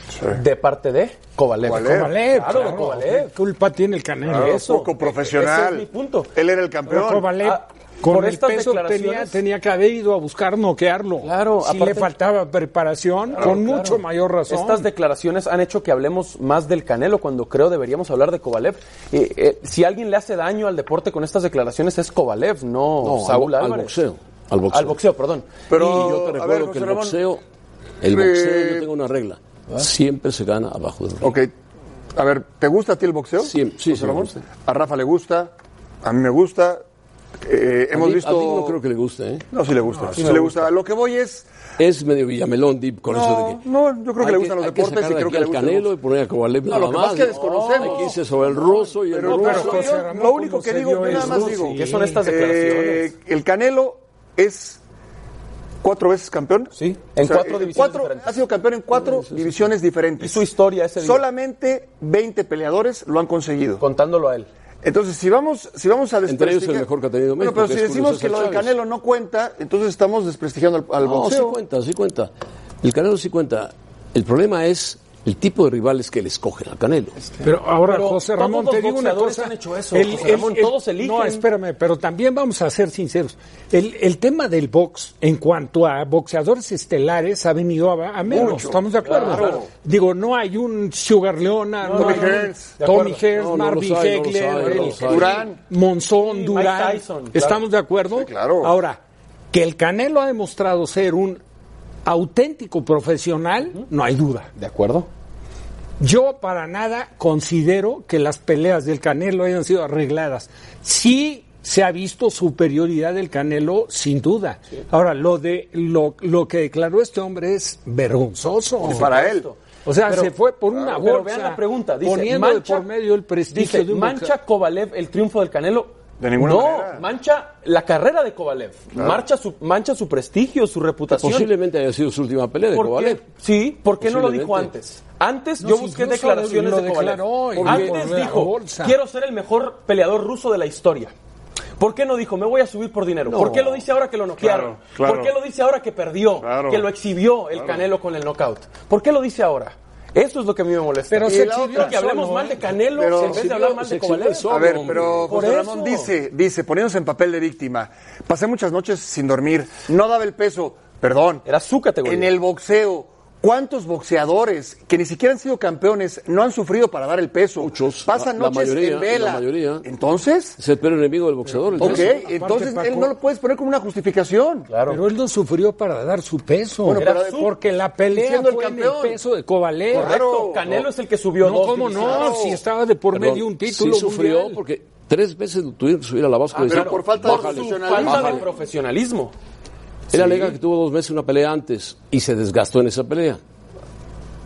Speaker 6: De parte de Kovalev.
Speaker 7: Kovalev.
Speaker 5: Kovalev,
Speaker 6: Claro, de
Speaker 5: claro,
Speaker 6: Kovalev.
Speaker 5: ¿Qué culpa tiene el Canelo?
Speaker 7: Claro,
Speaker 6: eso.
Speaker 3: eh,
Speaker 7: poco profesional.
Speaker 6: Ese es mi punto.
Speaker 7: Él era el
Speaker 5: Pero
Speaker 7: campeón.
Speaker 5: Kovalev,
Speaker 6: Ah,
Speaker 5: con
Speaker 6: por
Speaker 5: el
Speaker 6: estas
Speaker 5: peso tenía,
Speaker 6: declaraciones-
Speaker 5: tenía que haber ido a buscar noquearlo.
Speaker 6: Claro,
Speaker 5: si
Speaker 6: aparte-
Speaker 5: le faltaba preparación, con
Speaker 6: Claro.
Speaker 5: mucho mayor razón.
Speaker 6: Estas declaraciones han hecho que hablemos más del Canelo cuando creo deberíamos hablar de Kovalev. Eh, eh, si alguien le hace daño al deporte con estas declaraciones es Kovalev, no,
Speaker 3: No, al
Speaker 6: Saúl
Speaker 3: bo- al
Speaker 6: Álvarez.
Speaker 3: boxeo, al boxeo.
Speaker 6: perdón.
Speaker 7: Pero,
Speaker 3: y yo te
Speaker 7: a
Speaker 3: recuerdo
Speaker 7: ver,
Speaker 3: que
Speaker 7: José
Speaker 3: el
Speaker 7: Ramón,
Speaker 3: boxeo, el
Speaker 7: eh,
Speaker 3: boxeo, yo tengo una regla.
Speaker 5: ¿Ah?
Speaker 3: Siempre se gana abajo del ring.
Speaker 7: Ok, a ver, ¿te gusta a ti el boxeo?
Speaker 3: Siempre, sí,
Speaker 7: José
Speaker 3: sí, me
Speaker 7: Ramón?
Speaker 3: gusta.
Speaker 7: A Rafa le gusta, a mí me gusta. eh, hemos
Speaker 3: A Dib-
Speaker 7: visto.
Speaker 3: a Dib no creo que le guste, ¿eh?
Speaker 7: No, sí le gusta. sí le gusta. Lo que voy es.
Speaker 3: Es medio Villamelón, Dib, con eso de
Speaker 7: No,
Speaker 3: que...
Speaker 7: no, yo creo que
Speaker 3: hay
Speaker 7: le gustan los
Speaker 3: hay que
Speaker 7: deportes y
Speaker 3: sacar de
Speaker 7: creo
Speaker 3: aquí
Speaker 7: que le
Speaker 3: al
Speaker 7: gusta. el
Speaker 3: Canelo y
Speaker 7: boxeo.
Speaker 3: poner a Kovalev
Speaker 7: No, lo que
Speaker 3: nada
Speaker 7: pasa es que
Speaker 3: más, ¿no?
Speaker 7: desconocemos.
Speaker 3: Hay que irse sobre el ruso y el
Speaker 7: Pero,
Speaker 3: ruso.
Speaker 7: pero,
Speaker 5: José
Speaker 7: yo-
Speaker 5: Ramón,
Speaker 7: lo único
Speaker 5: ¿cómo
Speaker 7: que
Speaker 5: se
Speaker 7: digo,
Speaker 5: dio
Speaker 7: yo nada
Speaker 5: el
Speaker 7: más
Speaker 5: ruso?
Speaker 7: digo.
Speaker 5: Sí.
Speaker 6: ¿Qué son estas declaraciones?
Speaker 7: Eh, el Canelo es cuatro veces campeón.
Speaker 6: Sí, en cuatro
Speaker 7: eh,
Speaker 6: divisiones
Speaker 7: cuatro-
Speaker 6: diferentes.
Speaker 7: Ha sido campeón en cuatro divisiones diferentes.
Speaker 6: Y su historia ese día.
Speaker 7: Solamente 20 peleadores lo han conseguido.
Speaker 6: Contándolo a él.
Speaker 7: Entonces, si vamos, si vamos a
Speaker 3: Entre ellos el
Speaker 7: desprestigiar-
Speaker 3: mejor que ha tenido
Speaker 7: Pues Bueno,
Speaker 3: México,
Speaker 7: pero
Speaker 3: que
Speaker 7: si
Speaker 3: es Julio
Speaker 7: decimos que
Speaker 3: César
Speaker 7: lo del
Speaker 3: Chávez.
Speaker 7: Canelo no cuenta, entonces estamos desprestigiando al, al
Speaker 3: No, sí
Speaker 7: boxeo.
Speaker 3: cuenta, sí cuenta. El Canelo sí cuenta. El problema es el tipo de rivales que le escogen al Canelo.
Speaker 5: Pero ahora,
Speaker 6: Este, Pero
Speaker 5: José
Speaker 6: todos
Speaker 5: Ramón,
Speaker 6: los
Speaker 5: te digo una
Speaker 6: boxeadores
Speaker 5: cosa.
Speaker 6: han hecho eso, José Ramón, todos eligen.
Speaker 5: No, espérame, pero también vamos a ser sinceros. El, el tema del box, en cuanto a boxeadores estelares, ha venido a, a menos, ¿estamos de acuerdo? Digo, no hay un Sugar Leona, no,
Speaker 7: Tommy
Speaker 5: hay un
Speaker 7: Hearns.
Speaker 5: Tommy
Speaker 6: De acuerdo.
Speaker 5: Hearns,
Speaker 3: No, no
Speaker 5: Marvin
Speaker 3: los hay, no los
Speaker 5: Hagler,
Speaker 3: hay, no
Speaker 5: el-
Speaker 3: los hay.
Speaker 7: Durán.
Speaker 5: Monzón,
Speaker 6: Sí,
Speaker 5: Durán.
Speaker 6: Mike Tyson, claro.
Speaker 5: ¿Estamos de acuerdo?
Speaker 7: Sí, claro.
Speaker 5: Ahora, que el Canelo ha demostrado ser un auténtico profesional, no hay duda.
Speaker 6: ¿De acuerdo?
Speaker 5: Yo para nada considero que las peleas del Canelo hayan sido arregladas. Sí se ha visto superioridad del Canelo, sin duda. Ahora, lo, de, lo, lo que declaró este hombre es vergonzoso.
Speaker 7: Y para él.
Speaker 5: O sea, se fue por una bolsa,
Speaker 6: Pero vean la pregunta. Dice,
Speaker 5: poniendo de
Speaker 6: mancha-
Speaker 5: por medio el prestigio
Speaker 6: dice,
Speaker 5: de un
Speaker 6: ¿Mancha Kovalev el triunfo del Canelo?
Speaker 7: De ninguna
Speaker 6: no,
Speaker 7: manera.
Speaker 6: mancha la carrera de Kovalev. Mancha, su, mancha su prestigio, su reputación.
Speaker 3: Posiblemente haya sido su última pelea de
Speaker 6: ¿Por qué?
Speaker 3: Kovalev.
Speaker 6: Sí, ¿por qué no lo dijo
Speaker 3: Posiblemente.
Speaker 6: antes? Antes
Speaker 5: No,
Speaker 6: yo
Speaker 5: sí,
Speaker 6: busqué
Speaker 5: incluso
Speaker 6: declaraciones
Speaker 5: lo
Speaker 6: de Kovalev.
Speaker 5: declaró y- por
Speaker 6: Antes
Speaker 5: la
Speaker 6: dijo,
Speaker 5: bolsa.
Speaker 6: quiero ser el mejor peleador ruso de la historia. ¿Por qué no dijo, me voy a subir por dinero? ¿Por qué lo dice ahora que lo noquearon?
Speaker 7: Claro, claro.
Speaker 6: ¿Por qué lo dice ahora que perdió?
Speaker 7: Claro.
Speaker 6: Que lo exhibió el Canelo con el knockout. ¿Por qué lo dice ahora? Eso es lo que a mí me molesta.
Speaker 7: Pero
Speaker 6: Y
Speaker 7: se
Speaker 6: la
Speaker 7: exhibió
Speaker 6: otra, que hablemos
Speaker 7: solo,
Speaker 6: mal de
Speaker 7: ¿eh?
Speaker 6: Canelo
Speaker 7: Pero-
Speaker 6: en vez de hablar mal de Kovalev.
Speaker 7: A ver, pero José Ramón dice, dice, poniéndose en papel de víctima, pasé muchas noches sin dormir, no daba el peso, perdón.
Speaker 6: Era su categoría.
Speaker 7: En el boxeo, ¿cuántos boxeadores que ni siquiera han sido campeones no han sufrido para dar el peso? Muchos. Pasan
Speaker 3: La- la
Speaker 7: noches
Speaker 3: mayoría,
Speaker 7: en vela.
Speaker 3: la mayoría.
Speaker 7: Entonces.
Speaker 3: Es el peor enemigo del boxeador. el
Speaker 7: Ok,
Speaker 3: peso.
Speaker 7: entonces él no lo puedes poner como una justificación.
Speaker 5: Pero él no sufrió para dar su peso.
Speaker 7: Bueno,
Speaker 5: Era
Speaker 7: pero-
Speaker 5: su- porque la pelea
Speaker 7: Siendo el
Speaker 5: fue en el
Speaker 7: campeón.
Speaker 5: peso de Kovalev.
Speaker 6: Correcto, Canelo es el que subió
Speaker 5: No,
Speaker 6: dos
Speaker 5: ¿cómo no?
Speaker 6: divisiones.
Speaker 5: Si estaba de por
Speaker 3: Perdón,
Speaker 5: medio un título
Speaker 3: Sí sufrió
Speaker 5: mundial.
Speaker 3: porque tres veces tuvieron que subir a la
Speaker 6: ah,
Speaker 3: báscula. y
Speaker 7: Ah, pero
Speaker 3: decir,
Speaker 7: por pues, falta de
Speaker 3: "Bájale,
Speaker 7: profesionalismo".
Speaker 6: Falta de
Speaker 3: bájale".
Speaker 6: profesionalismo.
Speaker 3: Él alega que tuvo dos meses una pelea antes y se desgastó en esa pelea.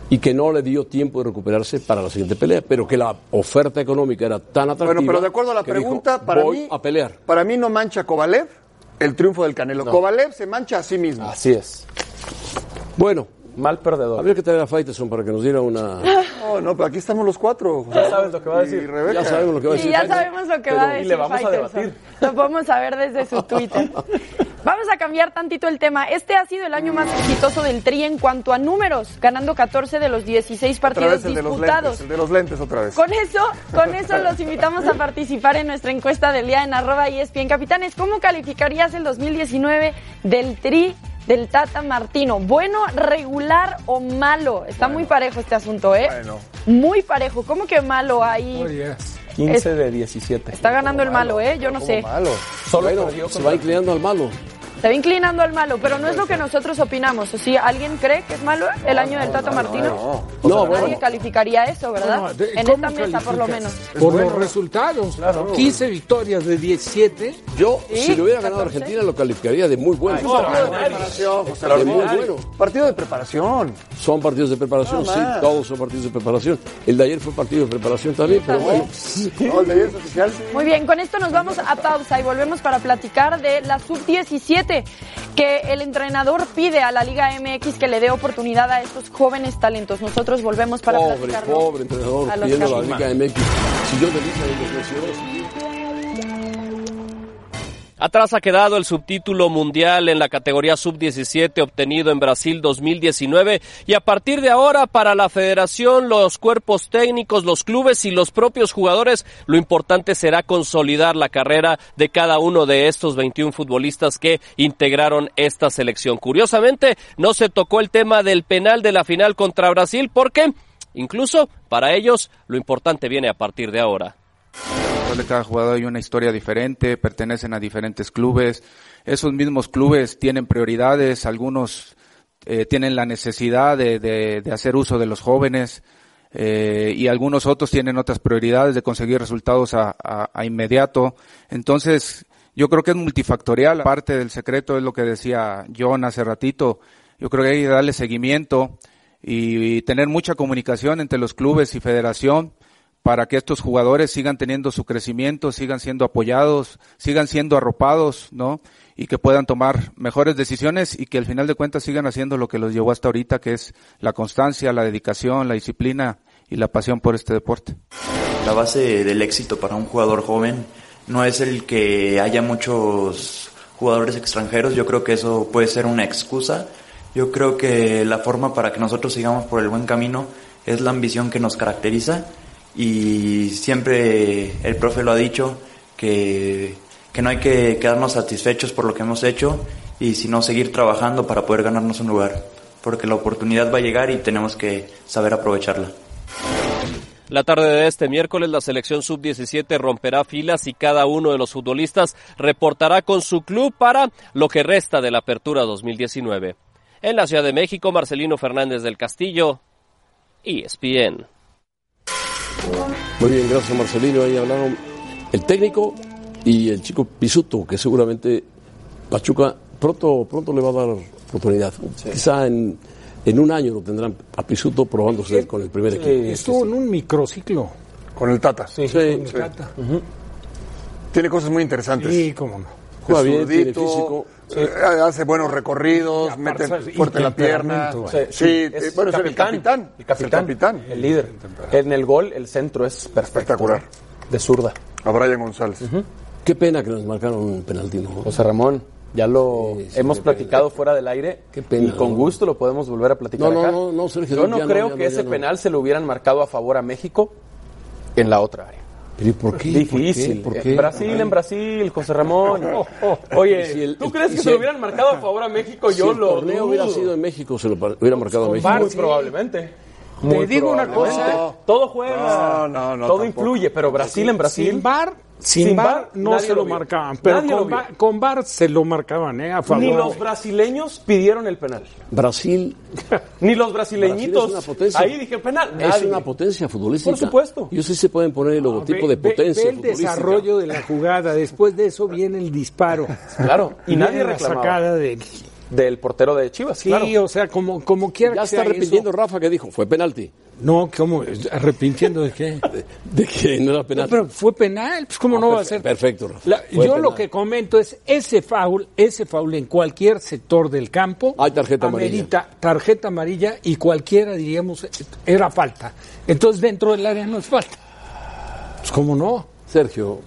Speaker 3: Y que no le dio tiempo de recuperarse para la siguiente pelea, pero que la oferta económica era tan atractiva.
Speaker 7: Bueno, pero de acuerdo a la
Speaker 3: que dijo,
Speaker 7: pregunta, para
Speaker 3: voy
Speaker 7: mí-
Speaker 3: a pelear.
Speaker 7: Para mí no mancha Kovalev el triunfo del Canelo. Kovalev se mancha a sí mismo.
Speaker 6: Así es.
Speaker 3: Bueno,
Speaker 6: Mal perdedor.
Speaker 3: habría que traer a Faitelson para que nos diera una.
Speaker 7: No, no, pero aquí estamos los cuatro.
Speaker 6: Ya sabes lo que va a
Speaker 7: Y
Speaker 6: decir.
Speaker 7: Rebeca.
Speaker 3: Ya sabemos lo que va a
Speaker 2: Sí,
Speaker 3: decir.
Speaker 2: ya
Speaker 3: Faitelson.
Speaker 2: sabemos lo que
Speaker 3: Pero-
Speaker 2: va a decir
Speaker 6: le vamos a
Speaker 2: Faitelson.
Speaker 6: debatir.
Speaker 2: Lo podemos saber desde su Twitter. Vamos a cambiar tantito el tema. Este ha sido el año más exitoso del Tri en cuanto a números, ganando 14 de los 16
Speaker 7: Otra
Speaker 2: partidos
Speaker 7: vez el de los lentes,
Speaker 2: disputados.
Speaker 7: el de los lentes otra vez.
Speaker 2: Con eso, con eso los invitamos a participar en nuestra encuesta del día en arroba E ESPN. Capitanes, ¿cómo calificarías el 2019 del tri del Tata Martino? ¿Bueno, regular o malo? Está muy parejo este asunto, ¿eh?
Speaker 7: Bueno.
Speaker 2: Muy parejo. ¿Cómo que malo ahí?
Speaker 6: 15 de 17.
Speaker 2: Está ganando el malo, ¿eh? Yo no sé.
Speaker 7: Malo.
Speaker 6: Solo
Speaker 3: Bueno,
Speaker 6: perdió
Speaker 3: se va inclinando al malo.
Speaker 2: Se va inclinando al malo, pero no es lo que nosotros opinamos. O si alguien cree que es malo el año del Tata Martino,
Speaker 3: No,
Speaker 2: Pues
Speaker 3: bueno.
Speaker 2: nadie calificaría eso, ¿verdad?
Speaker 5: Bueno, de-
Speaker 2: En
Speaker 5: ¿cómo
Speaker 2: esta mesa, por lo menos.
Speaker 5: calificas? Por los resultados. 15 victorias de 17.
Speaker 3: Yo,
Speaker 2: Sí,
Speaker 3: si le hubiera ganado a
Speaker 2: 14.
Speaker 3: Argentina, lo calificaría de muy bueno.
Speaker 7: Partido de preparación, José Ramón.
Speaker 3: muy bueno.
Speaker 7: Partido de preparación.
Speaker 3: Son partidos de preparación, sí, todos son partidos de preparación. El de ayer fue partido de preparación también, pero bueno.
Speaker 7: No, el de ayer es oficial, sí.
Speaker 2: Muy bien, con esto nos vamos a pausa y volvemos para platicar de la sub-17 que el entrenador pide a la Liga MX que le dé oportunidad a estos jóvenes talentos. Nosotros volvemos para
Speaker 3: Pobre,
Speaker 2: platicarlo.
Speaker 3: pobre entrenador
Speaker 2: a los
Speaker 3: pidiendo la
Speaker 2: Capitanes.
Speaker 3: Liga MX. Si yo de Liga de los Naciones,
Speaker 10: Atrás ha quedado el subtítulo mundial en la categoría sub-17 obtenido en Brasil 2019 y a partir de ahora para la federación, los cuerpos técnicos, los clubes y los propios jugadores, lo importante será consolidar la carrera de cada uno de estos 21 futbolistas que integraron esta selección. Curiosamente, no se tocó el tema del penal de la final contra Brasil porque incluso para ellos lo importante viene a partir de ahora.
Speaker 11: Detrás de cada jugador hay una historia diferente, pertenecen a diferentes clubes. Esos mismos clubes tienen prioridades, algunos eh, tienen la necesidad de, de- de hacer uso de los jóvenes eh, y algunos otros tienen otras prioridades de conseguir resultados a, a- a inmediato. Entonces, yo creo que es multifactorial. Parte del secreto es lo que decía John hace ratito. Yo creo que hay que darle seguimiento y- y tener mucha comunicación entre los clubes y federación para que estos jugadores sigan teniendo su crecimiento, sigan siendo apoyados, sigan siendo arropados, ¿no? Y que puedan tomar mejores decisiones y que al final de cuentas sigan haciendo lo que los llevó hasta ahorita, que es la constancia, la dedicación, la disciplina y la pasión por este deporte.
Speaker 12: La base del éxito para un jugador joven no es el que haya muchos jugadores extranjeros, yo creo que eso puede ser una excusa. Yo creo que la forma para que nosotros sigamos por el buen camino es la ambición que nos caracteriza y siempre el profe lo ha dicho que, que no hay que quedarnos satisfechos por lo que hemos hecho y sino seguir trabajando para poder ganarnos un lugar, porque la oportunidad va a llegar y tenemos que saber aprovecharla.
Speaker 10: La tarde de este miércoles la selección sub-17 romperá filas y cada uno de los futbolistas reportará con su club para lo que resta de la apertura 2019. En la Ciudad de México, Marcelino Fernández del Castillo, E ESPN.
Speaker 3: Muy bien, gracias Marcelino. Ahí hablaron el técnico y el chico Pisuto, que seguramente Pachuca pronto, pronto le va a dar oportunidad. Quizá en, en un año lo tendrán a Pisuto probándose con el primer equipo.
Speaker 5: Estuvo en un microciclo.
Speaker 7: Con el Tata.
Speaker 3: Sí,
Speaker 5: Me encanta.
Speaker 7: Tiene cosas muy interesantes.
Speaker 5: Sí, cómo no.
Speaker 3: juega
Speaker 7: Es
Speaker 3: bien, tiene
Speaker 7: zurdito,
Speaker 3: físico.
Speaker 7: eh, hace buenos recorridos,
Speaker 5: Y
Speaker 7: mete
Speaker 5: aparte,
Speaker 7: fuerte
Speaker 5: y
Speaker 7: la
Speaker 6: Ah,
Speaker 7: pierna.
Speaker 5: temperamento,
Speaker 7: Sí,
Speaker 5: eh.
Speaker 7: eh, bueno, es el capitán.
Speaker 6: El capitán.
Speaker 7: Es el capitán.
Speaker 6: El líder. En el gol, el centro es perfecto.
Speaker 7: Espectacular.
Speaker 6: De zurda.
Speaker 7: A Brian González.
Speaker 3: Qué pena que nos marcaron un penalti, ¿no?
Speaker 6: José Ramón. Ya lo hemos platicado fuera del aire y con
Speaker 3: no.
Speaker 6: gusto lo podemos volver a platicar
Speaker 3: No, no,
Speaker 6: acá.
Speaker 3: no, no, Sergio,
Speaker 6: Yo
Speaker 3: ya
Speaker 6: no
Speaker 3: no,
Speaker 6: creo
Speaker 3: ya no,
Speaker 6: que
Speaker 3: ya
Speaker 6: ese
Speaker 3: no.
Speaker 6: penal se lo hubieran marcado a favor a México en la otra área.
Speaker 3: ¿Pero y por qué?
Speaker 6: Difícil. Eh,
Speaker 3: ¿Por qué? ¿Por qué?
Speaker 6: Brasil em- en Brasil, José Ramón. Oh, Oye,
Speaker 3: Y si el-
Speaker 6: ¿tú
Speaker 3: y
Speaker 6: crees que
Speaker 3: si
Speaker 6: se lo
Speaker 3: el-
Speaker 6: hubieran marcado a favor a México?
Speaker 3: Si
Speaker 6: Yo
Speaker 3: el
Speaker 6: lo
Speaker 3: torneo hubiera
Speaker 6: dudo.
Speaker 3: sido en México, se lo par- hubiera marcado a
Speaker 6: Muy
Speaker 3: México.
Speaker 6: probablemente.
Speaker 3: Muy
Speaker 6: Te digo una
Speaker 3: probablemente.
Speaker 6: cosa, ¿eh? todo juega, todo influye, pero Brasil en Brasil,
Speaker 5: Sin bar, sin,
Speaker 6: sin
Speaker 5: VAR
Speaker 6: VAR,
Speaker 5: no
Speaker 6: nadie
Speaker 5: se
Speaker 6: lo
Speaker 5: lo,
Speaker 6: vio.
Speaker 5: marcaban, pero
Speaker 6: Nadie lo
Speaker 5: con
Speaker 6: vio.
Speaker 5: VAR, con VAR se lo marcaban, ¿eh? A favor.
Speaker 6: ni los brasileños pidieron el penal,
Speaker 3: Brasil
Speaker 6: ni los brasileñitos,
Speaker 3: Brasil es una potencia.
Speaker 6: ahí dije penal,
Speaker 3: es
Speaker 6: nadie.
Speaker 3: una potencia futbolística.
Speaker 6: Por supuesto.
Speaker 3: Y ustedes se pueden poner el logotipo
Speaker 5: Ve-
Speaker 3: de
Speaker 5: ve-
Speaker 3: potencia
Speaker 5: ve el
Speaker 3: futbolística.
Speaker 5: desarrollo de la jugada, después de eso viene el disparo.
Speaker 6: Claro, y
Speaker 5: viene
Speaker 6: nadie
Speaker 5: la
Speaker 6: reclamaba.
Speaker 5: sacada del...
Speaker 6: del portero de Chivas,
Speaker 5: Sí,
Speaker 6: claro.
Speaker 5: o sea, como, como quiera
Speaker 3: Ya
Speaker 5: que
Speaker 3: está
Speaker 5: sea
Speaker 3: arrepintiendo Rafa que dijo, fue penalti.
Speaker 5: eso. No, ¿cómo? ¿Arrepintiendo de qué?
Speaker 3: De que no era penalti.
Speaker 5: pero fue penal, pues ¿cómo no va a ser?
Speaker 3: Perfecto, Rafa.
Speaker 5: La-
Speaker 3: Fue
Speaker 5: yo
Speaker 3: penal.
Speaker 5: lo que comento es ese foul, ese foul en cualquier sector del campo. Hay
Speaker 3: tarjeta amarilla.
Speaker 5: tarjeta amarilla y cualquiera diríamos eh, era falta. Entonces dentro del área no es falta. Pues cómo no.
Speaker 3: Sergio,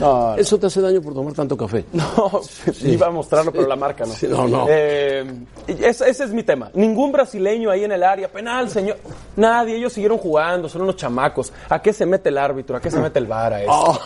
Speaker 6: No, no.
Speaker 3: eso te hace daño por tomar tanto café.
Speaker 6: No, iba a mostrarlo, pero la marca no.
Speaker 3: Sí, no, no.
Speaker 6: Eh, es- ese es mi tema. Ningún brasileño ahí en el área, penal, señor. Nadie, ellos siguieron jugando, son unos chamacos. ¿a qué se mete el árbitro? ¿A qué se mete el VAR a eso?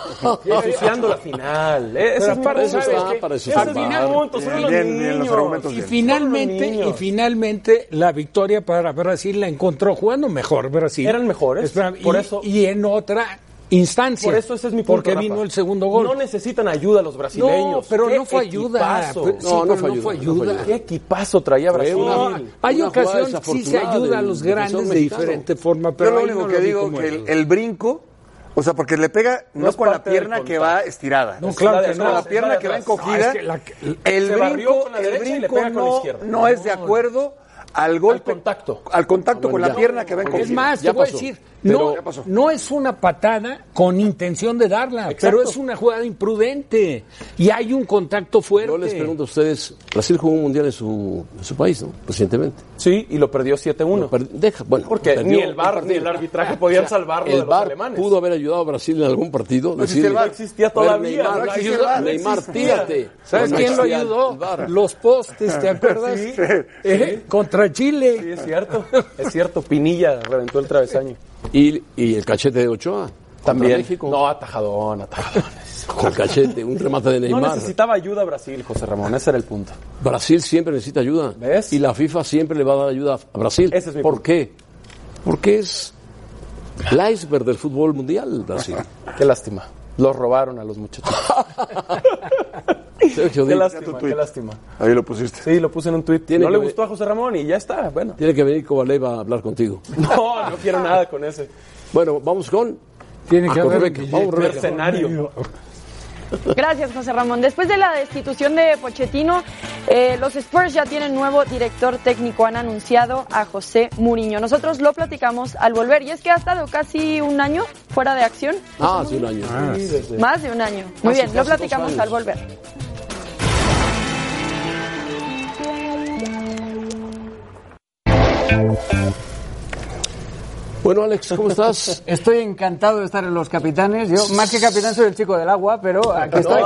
Speaker 6: Ensuciando la final. Eh, Ese
Speaker 5: Pero
Speaker 6: es mi
Speaker 5: para eso
Speaker 6: punto.
Speaker 5: está,
Speaker 6: ¿sabes qué?
Speaker 5: para eso
Speaker 6: Ese
Speaker 5: está
Speaker 6: es
Speaker 5: el
Speaker 6: mi
Speaker 5: VAR.
Speaker 6: punto, son unos
Speaker 5: Bien, bien, los
Speaker 6: niños.
Speaker 5: argumentos Y finalmente, y finalmente la victoria para Brasil la encontró jugando mejor Brasil.
Speaker 6: Eran mejores,
Speaker 5: Espera, y,
Speaker 6: por eso-
Speaker 5: y en otra instancia.
Speaker 6: Por eso ese es mi punto.
Speaker 5: Porque
Speaker 6: Rafa.
Speaker 5: vino el segundo gol.
Speaker 6: No necesitan ayuda los brasileños.
Speaker 5: No, pero
Speaker 6: ¡Qué
Speaker 5: no fue ayuda.
Speaker 6: equipazo!
Speaker 5: Pero- sí, pero no fue ayuda.
Speaker 6: ¿Qué equipazo traía Brasil?
Speaker 5: hay
Speaker 6: una jugada
Speaker 5: ocasiones que sí se
Speaker 6: desafortunada
Speaker 5: ayuda a
Speaker 6: del
Speaker 5: los grandes
Speaker 6: defensor
Speaker 5: de
Speaker 6: mexicano.
Speaker 5: diferente forma,
Speaker 13: Yo
Speaker 5: pero
Speaker 13: lo
Speaker 5: ahí
Speaker 13: único
Speaker 5: no
Speaker 13: que
Speaker 5: lo vi
Speaker 13: digo
Speaker 5: como
Speaker 13: que
Speaker 5: él.
Speaker 13: el, el brinco, o sea, porque le pega no,
Speaker 5: es
Speaker 13: con la
Speaker 5: parte del
Speaker 13: pierna que
Speaker 5: contacto.
Speaker 13: va estirada.
Speaker 5: No,
Speaker 13: Es
Speaker 5: claro
Speaker 13: la de-
Speaker 5: que no.
Speaker 13: con la
Speaker 5: Es
Speaker 13: pierna
Speaker 5: la de
Speaker 13: que va
Speaker 5: atrás. No,
Speaker 13: encogida.
Speaker 5: es que la-
Speaker 13: el
Speaker 5: se barrió
Speaker 13: brinco,
Speaker 5: con la
Speaker 13: el
Speaker 5: derecha y le
Speaker 13: brinco
Speaker 5: pega con la
Speaker 13: no,
Speaker 5: izquierda.
Speaker 13: no es de acuerdo al golpe. Al contacto. Al contacto con la pierna que va encogida.
Speaker 5: Es más, te
Speaker 13: Ya
Speaker 5: voy a
Speaker 13: pasó.
Speaker 5: decir,
Speaker 13: Pero-
Speaker 5: no,
Speaker 13: Ya pasó.
Speaker 5: no es una patada con intención de darla, pero es una jugada imprudente y hay un contacto fuerte.
Speaker 3: Yo les pregunto a ustedes, Brasil jugó un mundial en su, en su país, ¿no? Recientemente.
Speaker 6: Sí, y lo perdió 7-1.
Speaker 3: Deja, bueno,
Speaker 6: Porque
Speaker 3: perdió
Speaker 6: ni el VAR
Speaker 3: partido.
Speaker 6: ni el arbitraje podían
Speaker 3: O sea,
Speaker 6: salvarlo
Speaker 3: el
Speaker 6: de los
Speaker 3: VAR
Speaker 6: alemanes.
Speaker 3: pudo haber ayudado a Brasil en algún partido.
Speaker 6: No existía el VAR. No existía
Speaker 3: "A ver,
Speaker 6: todavía,
Speaker 3: Neymar,
Speaker 6: no existía
Speaker 3: ayuda-
Speaker 6: el VAR, no
Speaker 3: Neymar,
Speaker 6: existía".
Speaker 3: tírate.
Speaker 5: ¿Sabes
Speaker 3: No
Speaker 5: quién lo
Speaker 3: existía el
Speaker 5: ayudó?
Speaker 3: VAR.
Speaker 5: Los postes, ¿te acuerdas?
Speaker 3: Sí.
Speaker 5: Eh, Contra Chile.
Speaker 6: Sí, es cierto. Es cierto, Pinilla reventó el travesaño.
Speaker 3: Y, y el cachete de Ochoa. contra
Speaker 6: También.
Speaker 3: México.
Speaker 6: No, atajadón, atajadón.
Speaker 3: Con el cachete, un remate de
Speaker 6: No
Speaker 3: Neymar.
Speaker 6: necesitaba ayuda Brasil, José Ramón. Ese era el punto.
Speaker 3: Brasil siempre necesita ayuda. Y la FIFA siempre le va a dar ayuda a Brasil. ¿Por qué? Porque es el iceberg del fútbol mundial, Brasil.
Speaker 6: Qué lástima. Los robaron a los muchachos.
Speaker 3: Sergio,
Speaker 6: qué
Speaker 3: di-
Speaker 6: lástima, qué lástima.
Speaker 3: Ahí lo pusiste.
Speaker 6: Sí, lo puse en un tuit.
Speaker 3: Tiene
Speaker 6: No
Speaker 3: que
Speaker 6: le
Speaker 3: ver-
Speaker 6: gustó a José Ramón y ya está. Bueno,
Speaker 3: Tiene que venir Kovalev a hablar contigo.
Speaker 6: no, no quiero nada con ese.
Speaker 3: Bueno, vamos Ah, con.
Speaker 5: Tiene
Speaker 3: que haber Guillermo. Vamos, Rebeca.
Speaker 6: Mercenario.
Speaker 2: Gracias, José Ramón. Después de la destitución de Pochettino, eh, los Spurs ya tienen nuevo director técnico. Han anunciado a José Muriño. Nosotros lo platicamos al volver. Y es que ha estado casi un año fuera de acción.
Speaker 3: Ah, hace un año.
Speaker 2: Más de un año. Muy
Speaker 3: Casi,
Speaker 2: bien, lo
Speaker 3: casi dos
Speaker 2: platicamos
Speaker 3: años.
Speaker 2: al volver.
Speaker 3: Bueno, Alex, ¿cómo estás?
Speaker 14: Estoy encantado de estar en los capitanes. Yo, más que capitán, soy el chico del agua, pero aquí estoy.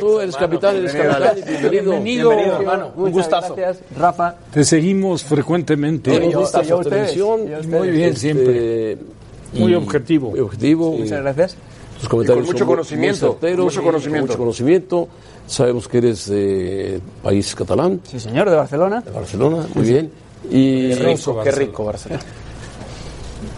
Speaker 3: tú eres capitán, eres
Speaker 14: Bienvenido,
Speaker 3: capitán.
Speaker 14: Alex.
Speaker 3: Bienvenido.
Speaker 14: Bienvenido,
Speaker 3: Bienvenido,
Speaker 14: hermano. Un gustazo. Gracias, Rafa.
Speaker 5: Te seguimos frecuentemente.
Speaker 3: Te gusta su televisión.
Speaker 5: Muy bien,
Speaker 3: Este,
Speaker 5: siempre. Muy objetivo.
Speaker 3: Muy objetivo.
Speaker 5: Sí, muchas
Speaker 14: gracias.
Speaker 3: Tus comentarios
Speaker 5: Y con mucho
Speaker 3: son muy-
Speaker 5: conocimiento,
Speaker 3: muy certeros,
Speaker 5: mucho conocimiento.
Speaker 3: con mucho conocimiento. Sabemos que eres de país catalán.
Speaker 14: Sí, señor, de Barcelona.
Speaker 3: De Barcelona, muy bien. Y
Speaker 6: Qué rico, qué rico Barcelona.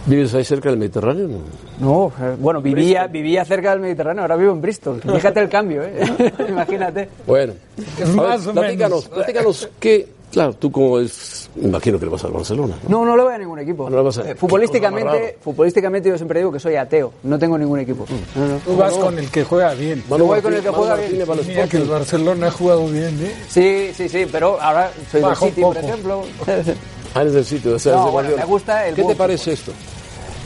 Speaker 3: ¿Vives ahí cerca del Mediterráneo? No?
Speaker 14: No, eh, bueno, vivía, vivía cerca del Mediterráneo, ahora vivo en Bristol. Fíjate el cambio, ¿eh? Imagínate.
Speaker 3: Bueno,
Speaker 14: Es
Speaker 3: A ver,
Speaker 14: más o
Speaker 3: platícanos,
Speaker 14: menos.
Speaker 3: platícanos qué, claro, tú como es, me imagino que le vas al Barcelona.
Speaker 14: No, no le voy a ningún equipo.
Speaker 3: No le vas a-
Speaker 14: Eh,
Speaker 3: Qué cosa más
Speaker 14: futbolísticamente,
Speaker 3: raro.
Speaker 14: futbolísticamente yo siempre digo que soy ateo. No tengo ningún equipo.
Speaker 3: Mm.
Speaker 14: No, no.
Speaker 5: Tú vas con el que juega bien.
Speaker 14: Manu Voy con Martín- el que Manu juega Martín bien. le va a los
Speaker 5: Mira que el
Speaker 14: Spurs.
Speaker 5: Barcelona ha jugado bien, ¿eh?
Speaker 14: Sí, sí, sí, pero ahora soy
Speaker 5: Baja
Speaker 14: del
Speaker 5: un
Speaker 14: City, por
Speaker 5: poco.
Speaker 14: ejemplo.
Speaker 3: Ah, eres del sitio, o sea,
Speaker 14: No,
Speaker 3: eres de
Speaker 14: bueno,
Speaker 3: Guardiola.
Speaker 14: me gusta el
Speaker 3: ¿Qué te
Speaker 14: buen
Speaker 3: parece esto?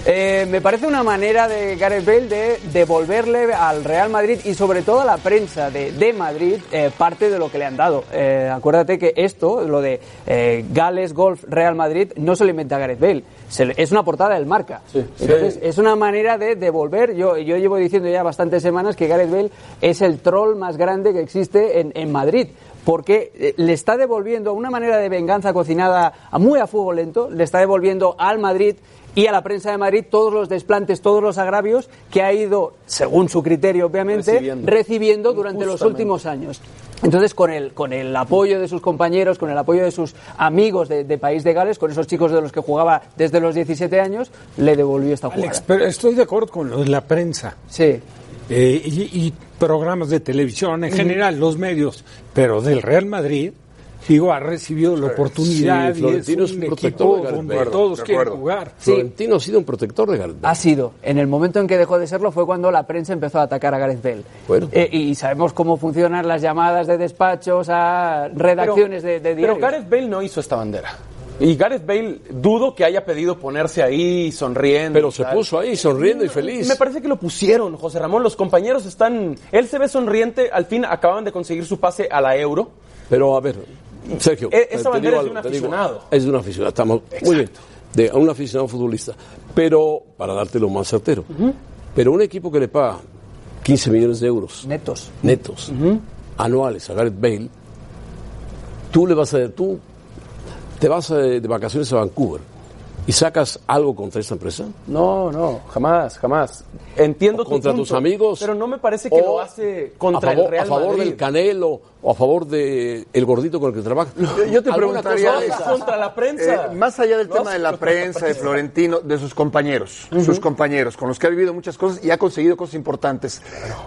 Speaker 14: Eh, me parece una manera de Gareth Bale de devolverle al Real Madrid y sobre todo a la prensa de, de Madrid eh, parte de lo que le han dado. Eh, acuérdate que esto, lo de eh, Gales, Golf, Real Madrid, no se lo inventa Gareth Bale. Se le- es una portada del marca. Entonces, es una manera de devolver. Yo, yo llevo diciendo ya bastantes semanas que Gareth Bale es el troll más grande que existe en, en Madrid. Porque eh, le está devolviendo una manera de venganza cocinada a- muy a fuego lento, le está devolviendo al Madrid y a la prensa de Madrid todos los desplantes, todos los agravios que ha ido, según su criterio obviamente,
Speaker 15: Recibiendo.
Speaker 14: recibiendo, durante los
Speaker 15: Injustamente.
Speaker 14: últimos años. Entonces, con el, con el apoyo de sus compañeros, con el apoyo de sus amigos de, de País de Gales, con esos chicos de los que jugaba desde los 17 años, le devolvió esta jugada.
Speaker 5: Alex, pero estoy de acuerdo con lo de la prensa. Eh,
Speaker 14: Sí.
Speaker 5: y, y programas de televisión, en
Speaker 14: Ujú.
Speaker 5: general, los medios, pero del Real Madrid. Digo, ha recibido la oportunidad y es
Speaker 3: Florentino
Speaker 5: un,
Speaker 3: es un protector
Speaker 5: equipo
Speaker 3: de Gareth
Speaker 5: donde
Speaker 3: Bale.
Speaker 5: todos
Speaker 3: De
Speaker 5: quieren
Speaker 3: acuerdo.
Speaker 5: jugar.
Speaker 3: Florentino ha sido un protector de Gareth Bale.
Speaker 14: Ha sido. En el momento en que dejó de serlo fue cuando la prensa empezó a atacar a Gareth Bale.
Speaker 3: Bueno.
Speaker 14: Eh, y sabemos cómo funcionan las llamadas de despachos a redacciones de, de
Speaker 6: Pero
Speaker 14: diarios.
Speaker 6: Gareth Bale no hizo esta bandera. Y Gareth Bale dudo que haya pedido ponerse ahí sonriendo.
Speaker 3: Pero
Speaker 6: y
Speaker 3: se
Speaker 6: tal.
Speaker 3: puso ahí sonriendo y
Speaker 6: No,
Speaker 3: feliz.
Speaker 6: Mm, Me parece que lo pusieron, José Ramón. Los compañeros están. Él se ve sonriente. Al fin acaban de conseguir su pase a la Euro.
Speaker 3: Pero a ver, Sergio,
Speaker 6: E-
Speaker 3: te-
Speaker 6: esa
Speaker 3: te
Speaker 6: bandera
Speaker 3: digo
Speaker 6: es de un
Speaker 3: te digo,
Speaker 6: aficionado.
Speaker 3: es de un aficionado, estamos muy bien, de un aficionado futbolista. Pero para darte lo más certero, pero un equipo que le paga 15 millones de euros
Speaker 14: netos,
Speaker 3: netos anuales a Gareth Bale, tú le vas a tú te vas eh, de, vacaciones a Vancouver y sacas algo contra esta empresa.
Speaker 6: No, no, jamás, jamás. Entiendo
Speaker 3: O contra tus amigos.
Speaker 6: Pero no me parece que
Speaker 3: O
Speaker 6: lo hace contra
Speaker 3: a favor,
Speaker 6: el Real
Speaker 3: a favor
Speaker 6: Madrid.
Speaker 3: del Canelo o a favor del gordito con el que trabaja.
Speaker 7: Yo te
Speaker 3: Alguna
Speaker 7: preguntaría
Speaker 3: cosa de
Speaker 7: Alex,
Speaker 3: esas.
Speaker 6: contra la prensa.
Speaker 7: eh, más allá del
Speaker 6: Lo
Speaker 7: tema
Speaker 6: hace
Speaker 7: de la
Speaker 6: contra la
Speaker 7: prensa de
Speaker 6: prensa.
Speaker 7: Florentino, de sus compañeros, sus compañeros, con los que ha vivido muchas cosas y ha conseguido cosas importantes.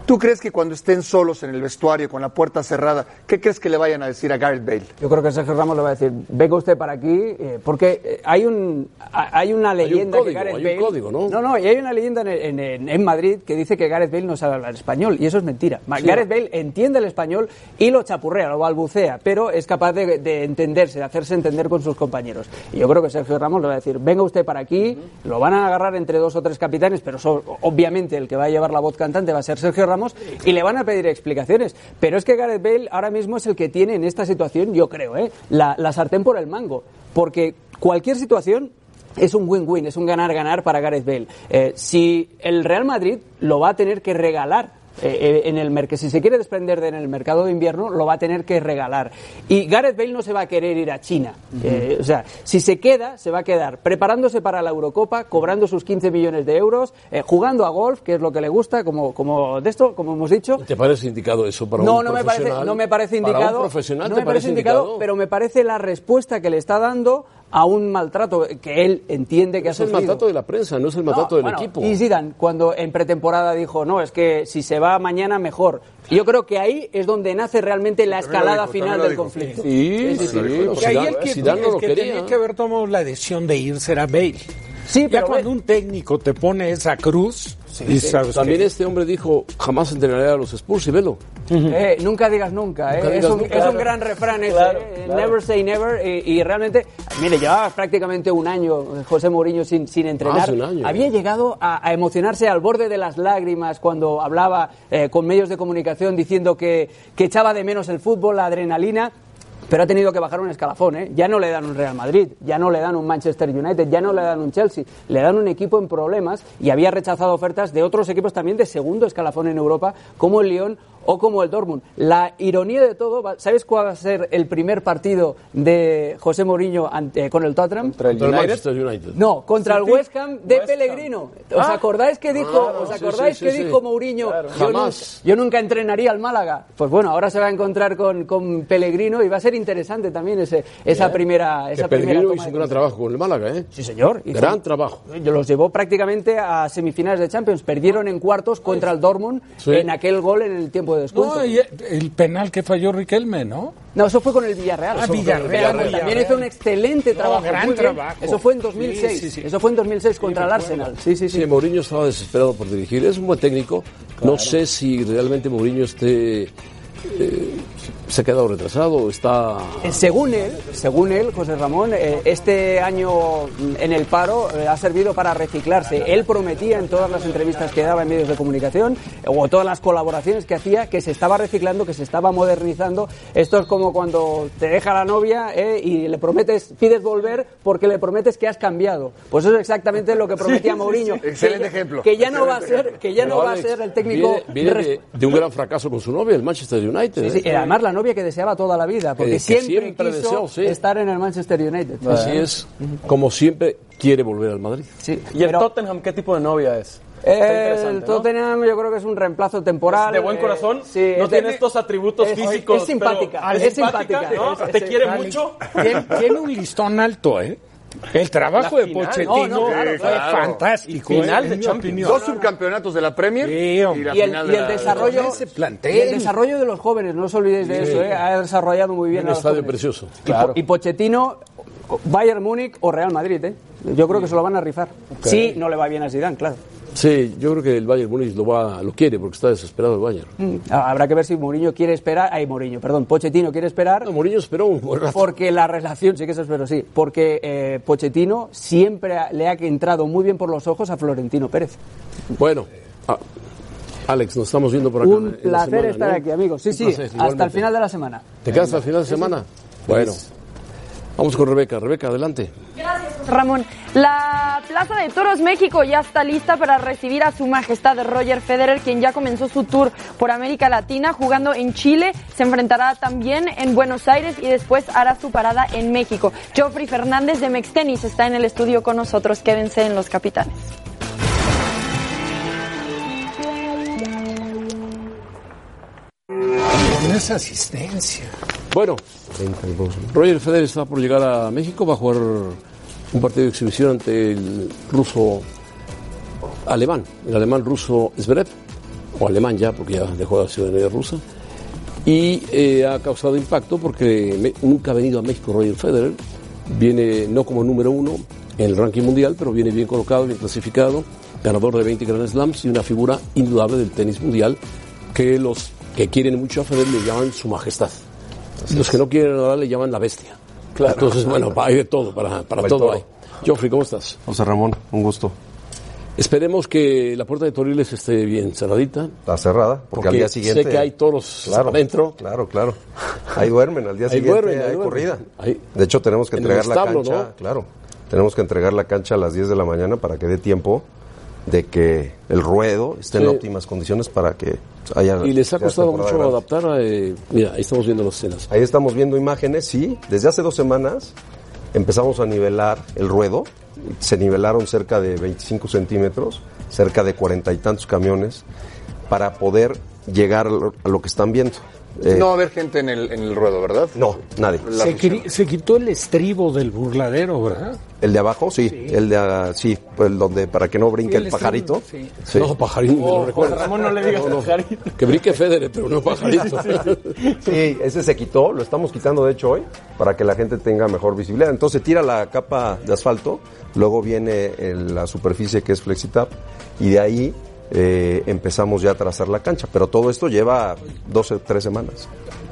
Speaker 7: ¿Tú crees que cuando estén solos en el vestuario con la puerta cerrada, qué crees que le vayan a decir a Gareth Bale?
Speaker 14: Yo creo que Sergio Ramos le va a decir, venga usted para aquí, eh, porque eh, hay un ha- hay una leyenda
Speaker 3: código,
Speaker 14: que Gareth
Speaker 3: hay un
Speaker 14: Bale...
Speaker 3: código, ¿no?
Speaker 14: No, no, y hay una leyenda en, en- en- en Madrid que dice que Gareth Bale no sabe hablar español, y eso es mentira. Ma-
Speaker 15: Sí.
Speaker 14: Gareth Bale entiende el español y lo chapurrea, lo balbucea, pero es capaz de, de entenderse, de hacerse entender con sus compañeros. Y yo creo que Sergio Ramos le va a decir, venga usted para aquí, lo van a agarrar entre dos o tres capitanes, pero so- obviamente el que va a llevar la voz cantante va a ser Sergio Ramos, y le van a pedir explicaciones. Pero es que Gareth Bale ahora mismo es el que tiene en esta situación, yo creo, ¿eh? la, la sartén por el mango, porque cualquier situación es un win-win, es un ganar-ganar para Gareth Bale. Eh, si el Real Madrid lo va a tener que regalar eh, eh, en el mercado, si se quiere desprender de- en el mercado de invierno, lo va a tener que regalar. Y Gareth Bale no se va a querer ir a China. Eh, o sea, si se queda, se va a quedar preparándose para la Eurocopa, cobrando sus 15 millones de euros, eh, jugando a golf, que es lo que le gusta, como, como de esto, como hemos dicho,
Speaker 3: ¿Te parece indicado eso para
Speaker 14: no,
Speaker 3: un
Speaker 14: no me parece,
Speaker 3: profesional?
Speaker 14: no me parece indicado.
Speaker 3: Para un profesional
Speaker 14: no
Speaker 3: te
Speaker 14: me parece indicado, pero me parece la respuesta que le está dando a un maltrato que él entiende que ha
Speaker 3: Es el
Speaker 14: sufrido.
Speaker 3: maltrato de la prensa, no es el
Speaker 14: No,
Speaker 3: maltrato del
Speaker 14: bueno,
Speaker 3: equipo.
Speaker 14: Y Zidane, cuando en pretemporada dijo, no, es que si se va mañana, mejor. Yo creo que ahí es donde nace realmente la
Speaker 5: También lo
Speaker 14: escalada
Speaker 5: dijo,
Speaker 14: final
Speaker 5: también lo
Speaker 14: del
Speaker 5: dijo.
Speaker 14: conflicto.
Speaker 5: Sí, sí,
Speaker 14: porque ahí el
Speaker 5: el que,
Speaker 14: que-
Speaker 5: el
Speaker 14: el
Speaker 5: que tenía que haber tomado la decisión de irse era Bale.
Speaker 14: Sí,
Speaker 5: ya cuando un técnico te pone esa cruz, y sabes
Speaker 3: También
Speaker 5: que-
Speaker 3: este hombre dijo, jamás entrenaré a los Spurs y velo.
Speaker 14: Eh, nunca digas nunca, eh.
Speaker 3: Nunca digas
Speaker 14: es, un,
Speaker 3: nunca.
Speaker 14: es un
Speaker 3: Claro.
Speaker 14: gran refrán ese,
Speaker 3: Claro,
Speaker 14: eh.
Speaker 3: claro.
Speaker 14: never say never, y, y realmente, mire, llevaba prácticamente un año eh, José Mourinho sin, sin entrenar,
Speaker 3: Más de un año. eh.
Speaker 14: había llegado a, a emocionarse al borde de las lágrimas cuando hablaba eh, con medios de comunicación diciendo que, que echaba de menos el fútbol, la adrenalina, pero ha tenido que bajar un escalafón, ¿eh? Ya no le dan un Real Madrid, ya no le dan un Manchester United, ya no le dan un Chelsea, le dan un equipo en problemas y había rechazado ofertas de otros equipos también de segundo escalafón en Europa, como el Lyon o como el Dortmund. La ironía de todo, va- ¿sabes cuál va a ser el primer partido de José Mourinho ante- con el Tottenham?
Speaker 3: Contra el Manchester United.
Speaker 14: No, contra el
Speaker 3: Sí, sí.
Speaker 14: West Ham de Pellegrino. ¿Os
Speaker 3: Ah.
Speaker 14: acordáis que dijo,
Speaker 3: Claro,
Speaker 14: os
Speaker 3: sí,
Speaker 14: acordáis
Speaker 3: sí,
Speaker 14: que
Speaker 3: sí, sí.
Speaker 14: dijo Mourinho? Yo,
Speaker 3: Jamás.
Speaker 14: Nunca, yo nunca entrenaría al Málaga. Pues bueno, ahora se va a encontrar con, con Pellegrino y va a ser interesante también ese, esa primera.
Speaker 3: Que
Speaker 14: Esa primera
Speaker 3: Pellegrino
Speaker 14: toma
Speaker 3: hizo
Speaker 14: de
Speaker 3: un gran trabajo con el Málaga, ¿eh?
Speaker 14: Sí, señor. hizo-
Speaker 3: Gran trabajo.
Speaker 14: los llevó prácticamente a semifinales de Champions. Perdieron en cuartos contra el Dortmund
Speaker 5: Sí.
Speaker 14: en aquel gol en el tiempo de descuento.
Speaker 5: No, y el penal que falló Riquelme, ¿no?
Speaker 14: No, eso fue con el Villarreal.
Speaker 5: Ah,
Speaker 14: Eso fue con el
Speaker 5: Villarreal, Villarreal.
Speaker 14: También hizo un excelente
Speaker 5: No,
Speaker 14: trabajo.
Speaker 5: gran
Speaker 14: muy bien.
Speaker 5: trabajo.
Speaker 14: Eso fue en 2006.
Speaker 5: Sí, sí, sí.
Speaker 14: Eso fue en 2006 contra el Arsenal.
Speaker 3: Sí, sí, sí. Mourinho estaba desesperado por dirigir. Es un buen técnico. No sé si realmente Mourinho esté eh, se ha quedado retrasado o está
Speaker 14: Eh, Según él, según él, José Ramón, eh, este año mm, en el paro eh, ha servido para reciclarse. Él prometía en todas las entrevistas que daba en medios de comunicación eh, o todas las colaboraciones que hacía que se estaba reciclando, que se estaba modernizando. Esto es como cuando te deja la novia eh, y le prometes, pides volver porque le prometes que has cambiado. Pues eso es exactamente lo que prometía
Speaker 7: Sí, sí,
Speaker 14: Mourinho.
Speaker 7: sí.
Speaker 14: Que
Speaker 7: Excelente
Speaker 14: ya-
Speaker 7: ejemplo.
Speaker 14: Que ya no va a
Speaker 7: Excelente
Speaker 14: ser, que ya no
Speaker 3: Pero,
Speaker 14: va a
Speaker 3: Alex,
Speaker 14: ser el técnico.
Speaker 3: Viene, viene
Speaker 14: res-
Speaker 3: de, de un gran fracaso con su novia, el Manchester United.
Speaker 14: Sí, sí, y
Speaker 3: ¿eh?
Speaker 14: además la novia que deseaba toda la vida, porque
Speaker 3: que
Speaker 14: siempre,
Speaker 3: siempre
Speaker 14: quiso
Speaker 3: deseó, sí.
Speaker 14: estar en el Manchester United.
Speaker 3: Así es, como siempre quiere volver al Madrid.
Speaker 14: Sí.
Speaker 6: ¿Y el Tottenham qué tipo de novia es?
Speaker 14: El Tottenham yo creo que es un reemplazo temporal.
Speaker 6: ¿De buen
Speaker 14: eh,
Speaker 6: corazón?
Speaker 14: sí,
Speaker 6: no
Speaker 14: es
Speaker 6: tiene
Speaker 14: de-
Speaker 6: estos atributos
Speaker 14: es-
Speaker 6: físicos.
Speaker 14: es simpática,
Speaker 6: pero-
Speaker 14: es simpática,
Speaker 6: ¿no?
Speaker 14: es- es-
Speaker 6: ¿Te quiere
Speaker 14: Alex,
Speaker 6: mucho?
Speaker 5: Tiene, tiene un listón alto, ¿eh? El trabajo
Speaker 6: La
Speaker 5: de
Speaker 6: final.
Speaker 5: Pochettino
Speaker 6: No, no, claro,
Speaker 5: fue
Speaker 6: claro.
Speaker 5: fantástico.
Speaker 6: Y final
Speaker 5: ¿eh?
Speaker 6: de
Speaker 5: En mi
Speaker 6: Champions.
Speaker 5: opinión.
Speaker 7: Dos subcampeonatos de la Premier y la
Speaker 14: y el,
Speaker 7: final
Speaker 14: y
Speaker 7: de
Speaker 14: el
Speaker 7: la-
Speaker 14: desarrollo,
Speaker 5: ese plantel.
Speaker 14: y el desarrollo de los jóvenes, no os olvidéis de
Speaker 3: Sí.
Speaker 14: eso, ¿eh? ha desarrollado muy bien.
Speaker 3: Un
Speaker 14: a los
Speaker 3: estadio
Speaker 14: jóvenes.
Speaker 3: precioso.
Speaker 14: Y, Po- y Pochettino, Bayern Múnich o Real Madrid, ¿eh? yo creo que se lo van a rifar.
Speaker 3: Ok.
Speaker 14: Sí, no le va bien a Zidane, claro.
Speaker 3: Sí, yo creo que el Bayern Múnich lo, va, lo quiere porque está desesperado el Bayern.
Speaker 14: Mm, Habrá que ver si Mourinho quiere esperar. Ay, Mourinho, perdón, Pochettino quiere esperar.
Speaker 3: Mourinho esperó un buen rato.
Speaker 14: Porque la relación, sí que eso espero, sí. Porque eh, Pochettino siempre ha- le ha entrado muy bien por los ojos a Florentino Pérez.
Speaker 3: Bueno, ah, Alex, nos estamos viendo por acá. en
Speaker 14: Un
Speaker 3: la
Speaker 14: placer
Speaker 3: semana,
Speaker 14: estar
Speaker 3: ¿no?
Speaker 14: aquí, amigos. Sí,
Speaker 3: Un
Speaker 14: sí,
Speaker 3: placer,
Speaker 14: hasta el
Speaker 3: igualmente.
Speaker 14: final de la semana.
Speaker 3: ¿Te quedas al final de semana? Bueno, vamos con Rebeca. Rebeca, adelante.
Speaker 2: Ramón, la Plaza de Toros México ya está lista para recibir a su majestad Roger Federer, quien ya comenzó su tour por América Latina jugando en Chile, se enfrentará también en Buenos Aires y después hará su parada en México. Geoffrey Fernández de Mextenis está en el estudio con nosotros, quédense en los capitanes.
Speaker 5: Con esa asistencia.
Speaker 3: Bueno, Roger Federer está por llegar a México, va a jugar un partido de exhibición ante el ruso alemán, el alemán ruso Zverev, o alemán ya, porque ya dejó la ciudadanía rusa, y eh, ha causado impacto porque me- nunca ha venido a México Roger Federer, viene no como número uno en el ranking mundial, pero viene bien colocado, bien clasificado, ganador de 20 Grand Slams y una figura indudable del tenis mundial que los que quieren mucho a Federer le llaman su majestad. Los que no quieren nada le llaman la bestia.
Speaker 13: Claro.
Speaker 3: Entonces, bueno, hay de todo, para, para
Speaker 13: Para el
Speaker 3: todo
Speaker 13: toro.
Speaker 3: hay. Geoffrey, ¿cómo estás?
Speaker 13: José Ramón, un gusto.
Speaker 3: Esperemos que la puerta de Toriles esté bien cerradita.
Speaker 13: Está cerrada, porque, al día siguiente.
Speaker 3: Sé que hay toros
Speaker 13: Claro,
Speaker 3: adentro.
Speaker 13: Claro, claro. Ahí duermen, al día
Speaker 3: Ahí
Speaker 13: siguiente
Speaker 3: duermen, ahí
Speaker 13: hay
Speaker 3: duermen.
Speaker 13: corrida.
Speaker 3: Ahí-
Speaker 13: De hecho, tenemos que
Speaker 3: En el
Speaker 13: entregar
Speaker 3: establo,
Speaker 13: la cancha.
Speaker 3: ¿no?
Speaker 13: Claro. Tenemos que entregar la cancha a las 10 de la mañana para que dé tiempo de que el ruedo esté en
Speaker 3: Sí.
Speaker 13: óptimas condiciones para que haya.
Speaker 3: Y les ha
Speaker 13: sea
Speaker 3: costado
Speaker 13: temporada
Speaker 3: mucho
Speaker 13: grande.
Speaker 3: adaptar a... eh, mira, ahí estamos viendo las escenas.
Speaker 13: Ahí estamos viendo imágenes, sí. Desde hace dos semanas empezamos a nivelar el ruedo. Se nivelaron cerca de 25 centímetros, cerca de cuarenta y tantos camiones, para poder llegar a lo- a lo que están viendo. Eh,
Speaker 7: No va a haber gente en el, en el ruedo, ¿verdad?
Speaker 13: No, nadie.
Speaker 5: Se, cri- se quitó el estribo del burladero, ¿verdad?
Speaker 13: ¿El de abajo? Sí. El de, ah, sí, el donde, para que no brinque
Speaker 5: Sí,
Speaker 13: el,
Speaker 5: el
Speaker 13: pajarito.
Speaker 5: estribo, sí.
Speaker 3: No, pajarito, me lo recuerdas.
Speaker 6: Ramón, no le digas
Speaker 3: No, no.
Speaker 6: pajarito.
Speaker 3: Que brinque Federer, pero no pajarito.
Speaker 13: Sí, ese se quitó, lo estamos quitando de hecho hoy, para que la gente tenga mejor visibilidad. Entonces tira la capa de asfalto, luego viene el- la superficie que es FlexiTap y de ahí eh, empezamos ya a trazar la cancha. Pero todo esto lleva 12, 3 semanas.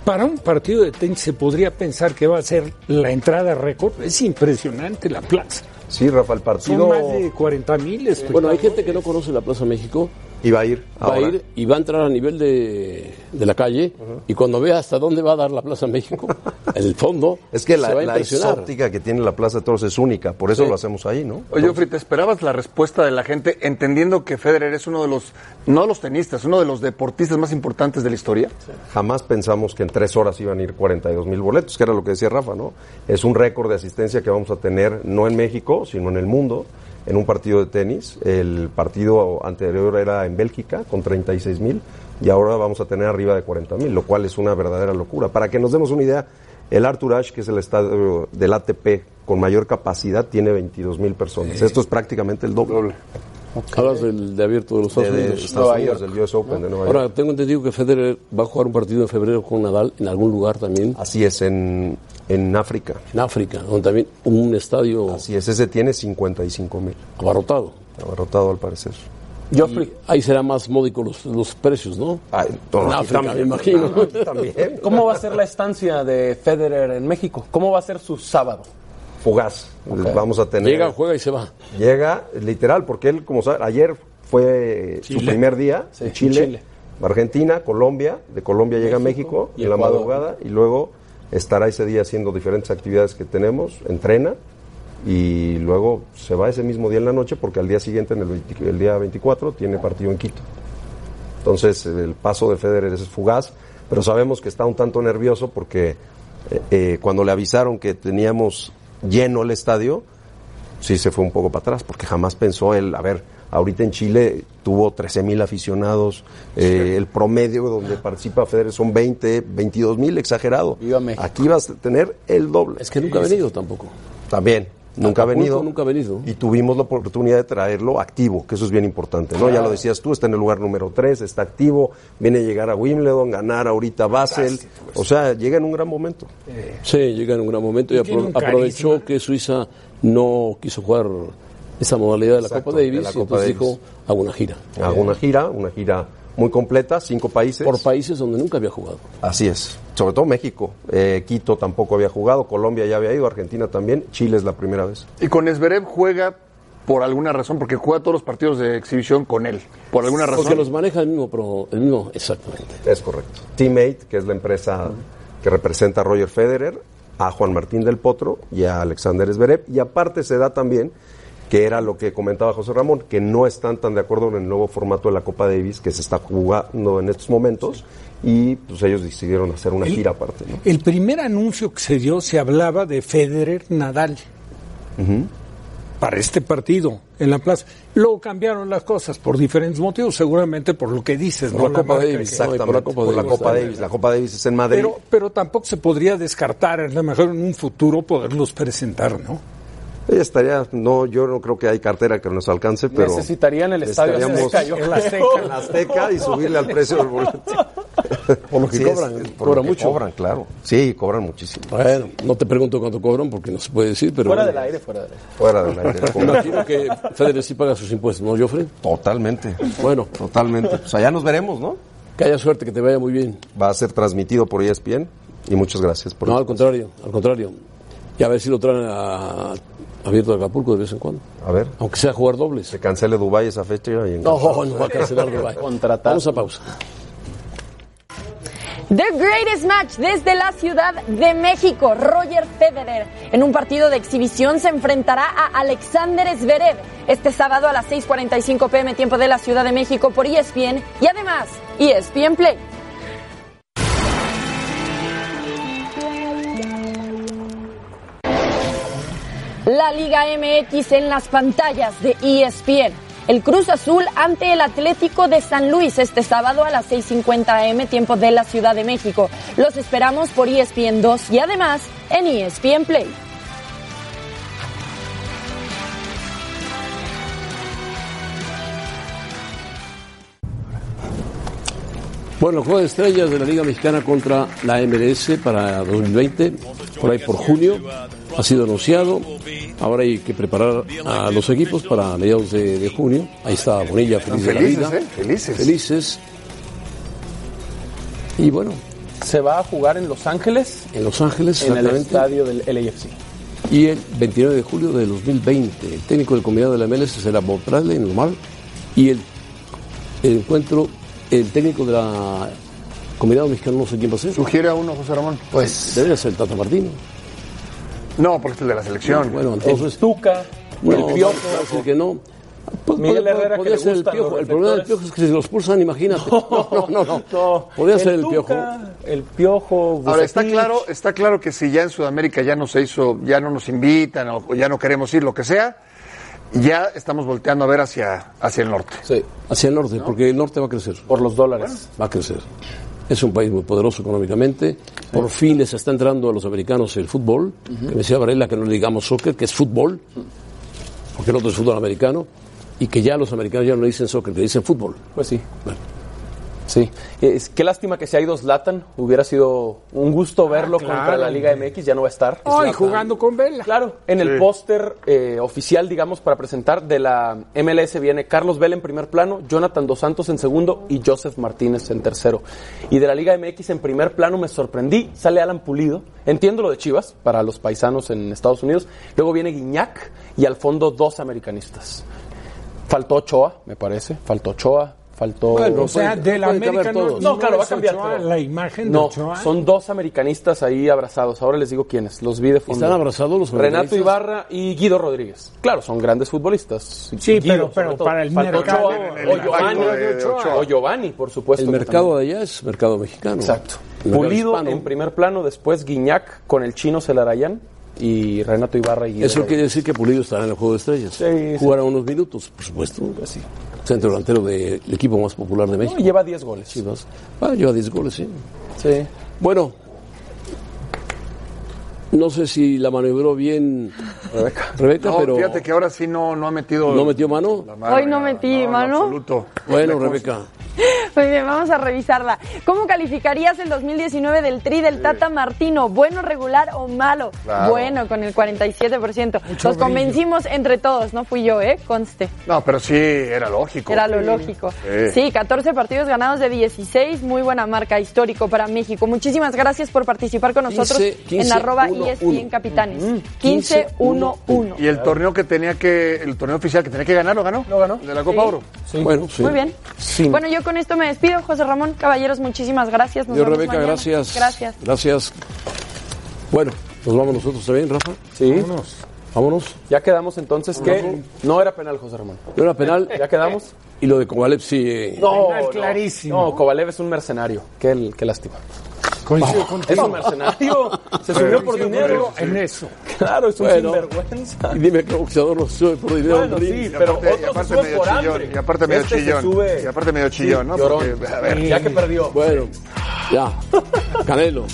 Speaker 5: Para un partido de tenis se podría pensar que va a ser la entrada récord. Es impresionante la plaza.
Speaker 13: Sí, Rafa, el
Speaker 5: Son
Speaker 13: partido
Speaker 5: más de 40 mil
Speaker 3: bueno, hay gente que no conoce la Plaza México.
Speaker 13: Y va a ir
Speaker 3: Va a
Speaker 13: ahora.
Speaker 3: ir y va a entrar a nivel de, de la calle. Y cuando vea hasta dónde va a dar la Plaza México, el fondo,
Speaker 13: es que la,
Speaker 3: se va a
Speaker 13: la
Speaker 3: impresionar.
Speaker 13: exótica que tiene la Plaza de Toros es única, por eso lo hacemos ahí, ¿no?
Speaker 7: Oye, Geoffrey, ¿te esperabas la respuesta de la gente entendiendo que Federer es uno de los, no de los tenistas, uno de los deportistas más importantes de la historia?
Speaker 13: Jamás pensamos que en tres horas iban a ir 42 mil boletos, que era lo que decía Rafa, ¿no? Es un récord de asistencia que vamos a tener no en México, sino en el mundo, en un partido de tenis. El partido anterior era en Bélgica, con 36 mil, y ahora vamos a tener arriba de 40 mil, lo cual es una verdadera locura. Para que nos demos una idea, el Arthur Ashe, que es el estadio del ATP con mayor capacidad, tiene 22 mil personas.
Speaker 3: Sí.
Speaker 13: Esto es prácticamente el doble.
Speaker 3: Hablas del de abierto de los Estados
Speaker 13: De- de
Speaker 3: Unidos.
Speaker 13: Estados Nueva Unidos, York. del US Open de Nueva
Speaker 3: Ahora,
Speaker 13: York.
Speaker 3: tengo entendido que Federer va a jugar un partido en febrero con Nadal en algún lugar también.
Speaker 13: Así es, en, en África.
Speaker 3: En África, donde también un estadio
Speaker 13: Así es, ese tiene 55 mil.
Speaker 3: Abarrotado.
Speaker 13: Abarrotado al parecer.
Speaker 3: Y ahí será más módico los, los precios, ¿no?
Speaker 13: no,
Speaker 3: en
Speaker 13: aquí
Speaker 3: África,
Speaker 13: también.
Speaker 3: me imagino.
Speaker 13: Ah, aquí también.
Speaker 6: ¿Cómo va a ser la estancia de Federer en México? ¿Cómo va a ser su sábado?
Speaker 13: Fugaz. Vamos a tener.
Speaker 6: Llega,
Speaker 3: juega y se va.
Speaker 13: Llega, literal, porque él, como sabe, ayer fue su
Speaker 3: Chile.
Speaker 13: primer día
Speaker 3: Sí,
Speaker 13: en Chile,
Speaker 3: Chile.
Speaker 13: Argentina, Colombia, de Colombia llega a México
Speaker 3: y
Speaker 13: en la
Speaker 3: Ecuador.
Speaker 13: madrugada y luego estará ese día haciendo diferentes actividades que tenemos, entrena y luego se va ese mismo día en la noche porque al día siguiente, en el, 20 el día 24, tiene partido en Quito. Entonces, el paso de Federer es fugaz, pero sabemos que está un tanto nervioso porque eh, eh, cuando le avisaron que teníamos lleno el estadio, sí se fue un poco para atrás, porque jamás pensó él, a ver, ahorita en Chile tuvo 13 mil aficionados, eh, el promedio donde participa Federer son 20, 22 mil, exagerado. Aquí vas a tener el doble. Es
Speaker 3: que nunca ha venido tampoco.
Speaker 13: También. Nunca ha
Speaker 3: Acapulco
Speaker 13: venido.
Speaker 3: nunca ha venido.
Speaker 13: Y tuvimos la oportunidad de traerlo activo, que eso es bien importante, ¿no? Ya
Speaker 3: Claro.
Speaker 13: lo decías tú, está en el lugar número 3, está activo, viene a llegar a Wimbledon, ganar ahorita Basel. O sea, llega en un gran momento.
Speaker 3: Sí, llega en un gran momento Eh. y,
Speaker 13: Y tiene
Speaker 3: apro-
Speaker 13: un
Speaker 3: aprovechó que Suiza no quiso jugar esa modalidad de la
Speaker 13: Exacto,
Speaker 3: Copa Davis,
Speaker 13: de la
Speaker 3: y
Speaker 13: Copa
Speaker 3: entonces
Speaker 13: Davis.
Speaker 3: dijo, hago una gira.
Speaker 13: Hago una gira, una gira muy completa, cinco países.
Speaker 3: Por países donde nunca había jugado.
Speaker 13: Así es. Sobre todo México. Eh, Quito tampoco había jugado, Colombia ya había ido, Argentina también, Chile es la primera vez.
Speaker 7: Y con Esberev juega por alguna razón, porque juega todos los partidos de exhibición con él. Por alguna razón.
Speaker 3: Porque los maneja el mismo, pro- el mismo exactamente.
Speaker 13: Es correcto. Teammate, que es la empresa que representa a Roger Federer, a Juan Martín del Potro y a Alexander Zverev. Y aparte se da también, que era lo que comentaba José Ramón, que no están tan de acuerdo en el nuevo formato de la Copa Davis que se está jugando en estos momentos. Y pues ellos decidieron hacer una
Speaker 5: El-
Speaker 13: gira aparte. ¿no?
Speaker 5: El primer anuncio que se dio se hablaba de Federer Nadal para este partido en la plaza. Luego cambiaron las cosas por diferentes motivos, seguramente por lo que dices, ¿no?
Speaker 13: Por la Copa
Speaker 5: marca
Speaker 13: Davis,
Speaker 5: que-
Speaker 13: exactamente. Por la Copa Davis. La Copa Davis es en Madrid.
Speaker 5: Pero, pero tampoco se podría descartar, a lo mejor en un futuro poderlos presentar, ¿no?
Speaker 13: Ella estaría, no, yo no creo que hay cartera que nos alcance, pero
Speaker 6: Necesitarían el estadio
Speaker 13: estaríamos-
Speaker 6: Azteca, yo
Speaker 13: el
Speaker 6: creo.
Speaker 13: Azteca, el Azteca y subirle al precio del boleto.
Speaker 3: Por lo que
Speaker 13: Sí, es-
Speaker 3: cobran,
Speaker 13: es por lo
Speaker 3: cobran
Speaker 13: que
Speaker 3: mucho.
Speaker 13: cobran, claro. Sí, cobran muchísimo.
Speaker 3: Bueno, no te pregunto cuánto cobran porque no se puede decir, pero...
Speaker 6: fuera
Speaker 3: bueno.
Speaker 6: del aire, fuera del aire.
Speaker 13: Fuera del aire.
Speaker 3: Me imagino que Federer sí paga sus impuestos, ¿no, Joffre?
Speaker 13: Totalmente.
Speaker 3: Bueno.
Speaker 13: Totalmente. Pues allá nos veremos, ¿no?
Speaker 3: Que haya suerte, que te vaya muy bien.
Speaker 13: Va a ser transmitido por E ESPN y muchas gracias por
Speaker 3: No, al contrario, al contrario. Y a ver si lo traen a, abierto de Acapulco de vez en cuando.
Speaker 13: A ver.
Speaker 3: Aunque sea jugar dobles.
Speaker 13: Se cancele Dubái esa fecha y en-
Speaker 3: No, no va a cancelar Dubái. Vamos a pausa.
Speaker 2: The Greatest Match desde la Ciudad de México. Roger Federer en un partido de exhibición se enfrentará a Alexander Zverev este sábado a las 6:45 pm tiempo de la Ciudad de México por E ESPN y además E ESPN Play. La Liga MX en las pantallas de E ESPN. El Cruz Azul ante el Atlético de San Luis este sábado a las 6.50 am tiempo de la Ciudad de México. Los esperamos por E ESPN 2 y además en E ESPN Play.
Speaker 3: Bueno, juego de estrellas de la Liga Mexicana contra la MLS para 2020, por ahí por junio. Ha sido anunciado. Ahora hay que preparar a los equipos para mediados de, de junio. Ahí está Bonilla, feliz de la
Speaker 7: Felices,
Speaker 3: vida.
Speaker 7: ¿eh? Felices.
Speaker 3: Felices. Y bueno,
Speaker 6: Se va a jugar en Los Ángeles,
Speaker 3: en Los Ángeles,
Speaker 6: en el
Speaker 3: exactamente.
Speaker 6: estadio del LAFC.
Speaker 3: Y el 29 de julio de 2020, el técnico del combinado de la MLS será Bob Bradley en normal. Y el, el encuentro, el técnico de la combinado mexicano, no sé quién va a ser.
Speaker 7: Sugiere a uno, José Ramón.
Speaker 3: Pues debería ser el Tata Martino.
Speaker 7: No, porque es el de la selección.
Speaker 3: Bueno, entonces.
Speaker 6: Tuca,
Speaker 3: no,
Speaker 7: el Piojo.
Speaker 3: no, no, decir que no. Pues,
Speaker 6: Miguel
Speaker 3: podría-
Speaker 6: Herrera,
Speaker 3: podría
Speaker 6: que le
Speaker 3: ser el
Speaker 6: gustan
Speaker 3: piojo.
Speaker 6: los
Speaker 3: El problema del
Speaker 6: reflectores.
Speaker 3: piojo es que si lo expulsan, imagínate. No, no, no. no. Podría ser el piojo.
Speaker 6: El piojo. pues,
Speaker 7: Ahora, está claro, está claro que si ya en Sudamérica ya no se hizo, ya no nos invitan o ya no queremos ir, lo que sea, ya estamos volteando a ver hacia, hacia el norte.
Speaker 3: Sí. Hacia el norte, porque el norte va a crecer.
Speaker 6: Por los dólares.
Speaker 3: Va a crecer. Es un país muy poderoso económicamente. Por fin les está entrando a los americanos el fútbol.
Speaker 10: Ujú.
Speaker 3: Que decía Varela que no le digamos soccer, que es fútbol, porque el otro es fútbol americano. Y que ya los americanos ya no le dicen soccer, que dicen fútbol.
Speaker 6: Pues sí. Sí. Es, qué lástima que se ha ido Zlatan. Hubiera sido un gusto verlo
Speaker 5: Ah, claro.
Speaker 6: contra la Liga MX. Ya no va a estar.
Speaker 5: Ay,
Speaker 6: Zlatan.
Speaker 5: jugando con Vela.
Speaker 6: Claro. En el póster eh, oficial, digamos, para presentar de la MLS viene Carlos Vela en primer plano, Jonathan Dos Santos en segundo y Joseph Martínez en tercero. Y de la Liga MX en primer plano me sorprendí, sale Alan Pulido, entiendo lo de Chivas, para los paisanos en Estados Unidos, luego viene Guiñac y al fondo dos americanistas. Faltó Ochoa, me parece, faltó Ochoa, faltó...
Speaker 5: o sea, del América no,
Speaker 6: No, claro, va a
Speaker 5: es
Speaker 6: cambiar.
Speaker 5: Ochoa,
Speaker 6: pero-
Speaker 5: La imagen de
Speaker 6: no,
Speaker 5: Ochoa.
Speaker 6: son dos americanistas ahí abrazados. Ahora les digo quiénes. Los vi de fondo.
Speaker 15: ¿Están abrazados los
Speaker 6: Renato
Speaker 15: futbolistas?
Speaker 6: Ibarra y Guido Rodríguez. Claro, son grandes futbolistas.
Speaker 15: Sí, pero-
Speaker 6: Guido,
Speaker 15: pero
Speaker 6: sobre todo.
Speaker 15: para el
Speaker 6: Faltó
Speaker 15: mercado,
Speaker 6: Ochoa,
Speaker 15: en el
Speaker 6: o Giovanni,
Speaker 15: impacto de Ochoa.
Speaker 6: o Giovanni, por supuesto.
Speaker 3: El
Speaker 6: que
Speaker 3: mercado de allá es mercado mexicano. Exacto.
Speaker 6: también. Pulido en primer plano, después Guiñac con el chino Celarayán y Renato Ibarra y Guido
Speaker 3: Eso
Speaker 6: Rodríguez.
Speaker 3: quiere decir que Pulido estará en el juego de estrellas.
Speaker 6: Sí, sí.
Speaker 3: Jugará unos minutos, por supuesto. Centro delantero del equipo más popular de México.
Speaker 6: No, lleva 10 goles.
Speaker 3: Chivas. Ah, lleva 10 goles, sí.
Speaker 6: Sí.
Speaker 3: Bueno, no sé si la maniobró bien Rebeca,
Speaker 7: No,
Speaker 3: pero
Speaker 7: fíjate que ahora sí no, no ha metido.
Speaker 3: ¿no metió mano?
Speaker 7: La
Speaker 2: Hoy no metí, mano.
Speaker 7: Absoluto.
Speaker 3: Bueno, Rebeca.
Speaker 2: Muy bien, vamos a revisarla. ¿Cómo calificarías el 2019 del tri del Tata Martino? ¿Bueno, regular o malo?
Speaker 7: Claro.
Speaker 2: Bueno, con el 47%.
Speaker 7: Mucho
Speaker 2: Los convencimos entre todos, no fui yo, ¿eh? Conste.
Speaker 7: No, pero sí, era lógico.
Speaker 2: Era lo lógico.
Speaker 7: Sí.
Speaker 2: Sí, 14 partidos ganados de 16, muy buena marca, histórico para México. Muchísimas gracias por participar con nosotros
Speaker 7: 15,
Speaker 2: en
Speaker 7: 15,
Speaker 2: arroba E
Speaker 7: uno,
Speaker 2: ESPN
Speaker 7: uno.
Speaker 2: Capitanes. 15 1 1.
Speaker 7: Y el torneo que tenía que, el torneo oficial que tenía que ganar, ¿lo ganó? Lo ganó. De la Copa
Speaker 2: Sí.
Speaker 7: Oro.
Speaker 3: Bueno, sí.
Speaker 2: Muy bien.
Speaker 3: Sí.
Speaker 2: Bueno, yo con esto me despido. José Ramón, caballeros, muchísimas gracias. Nos
Speaker 3: Dios,
Speaker 2: vemos
Speaker 3: Rebeca,
Speaker 2: mañana.
Speaker 3: gracias.
Speaker 2: Gracias.
Speaker 3: Gracias. Bueno, nos vamos nosotros también, Rafa. Sí. Vámonos. Vámonos.
Speaker 6: Ya quedamos entonces que no era penal, José Ramón.
Speaker 3: No era penal.
Speaker 6: ¿Ya quedamos?
Speaker 3: Y lo de Kovalev sí. eh,
Speaker 6: No, clarísimo. No, Kovalev es un mercenario. Qué, qué lástima.
Speaker 3: Coincido
Speaker 6: Es un mercenario. Se subió por dinero.
Speaker 5: en eso.
Speaker 6: Claro, es un
Speaker 3: Bueno.
Speaker 6: sinvergüenza.
Speaker 3: Y dime que el boxeador no se sube por dinero.
Speaker 6: Bueno,
Speaker 3: al ring.
Speaker 6: sí, pero otro se sube por hambre.
Speaker 7: y aparte medio
Speaker 6: Este se
Speaker 7: chillón,
Speaker 6: sube-
Speaker 7: y aparte medio chillón, ¿no?
Speaker 6: llorón.
Speaker 7: Porque, a ver.
Speaker 6: Ya que perdió.
Speaker 3: Bueno, ya. Canelo.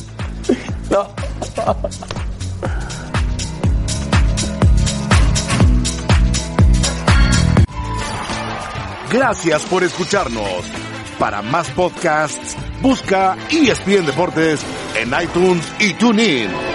Speaker 1: Gracias por escucharnos. Para más podcasts, busca ESPN Deportes en iTunes y TuneIn.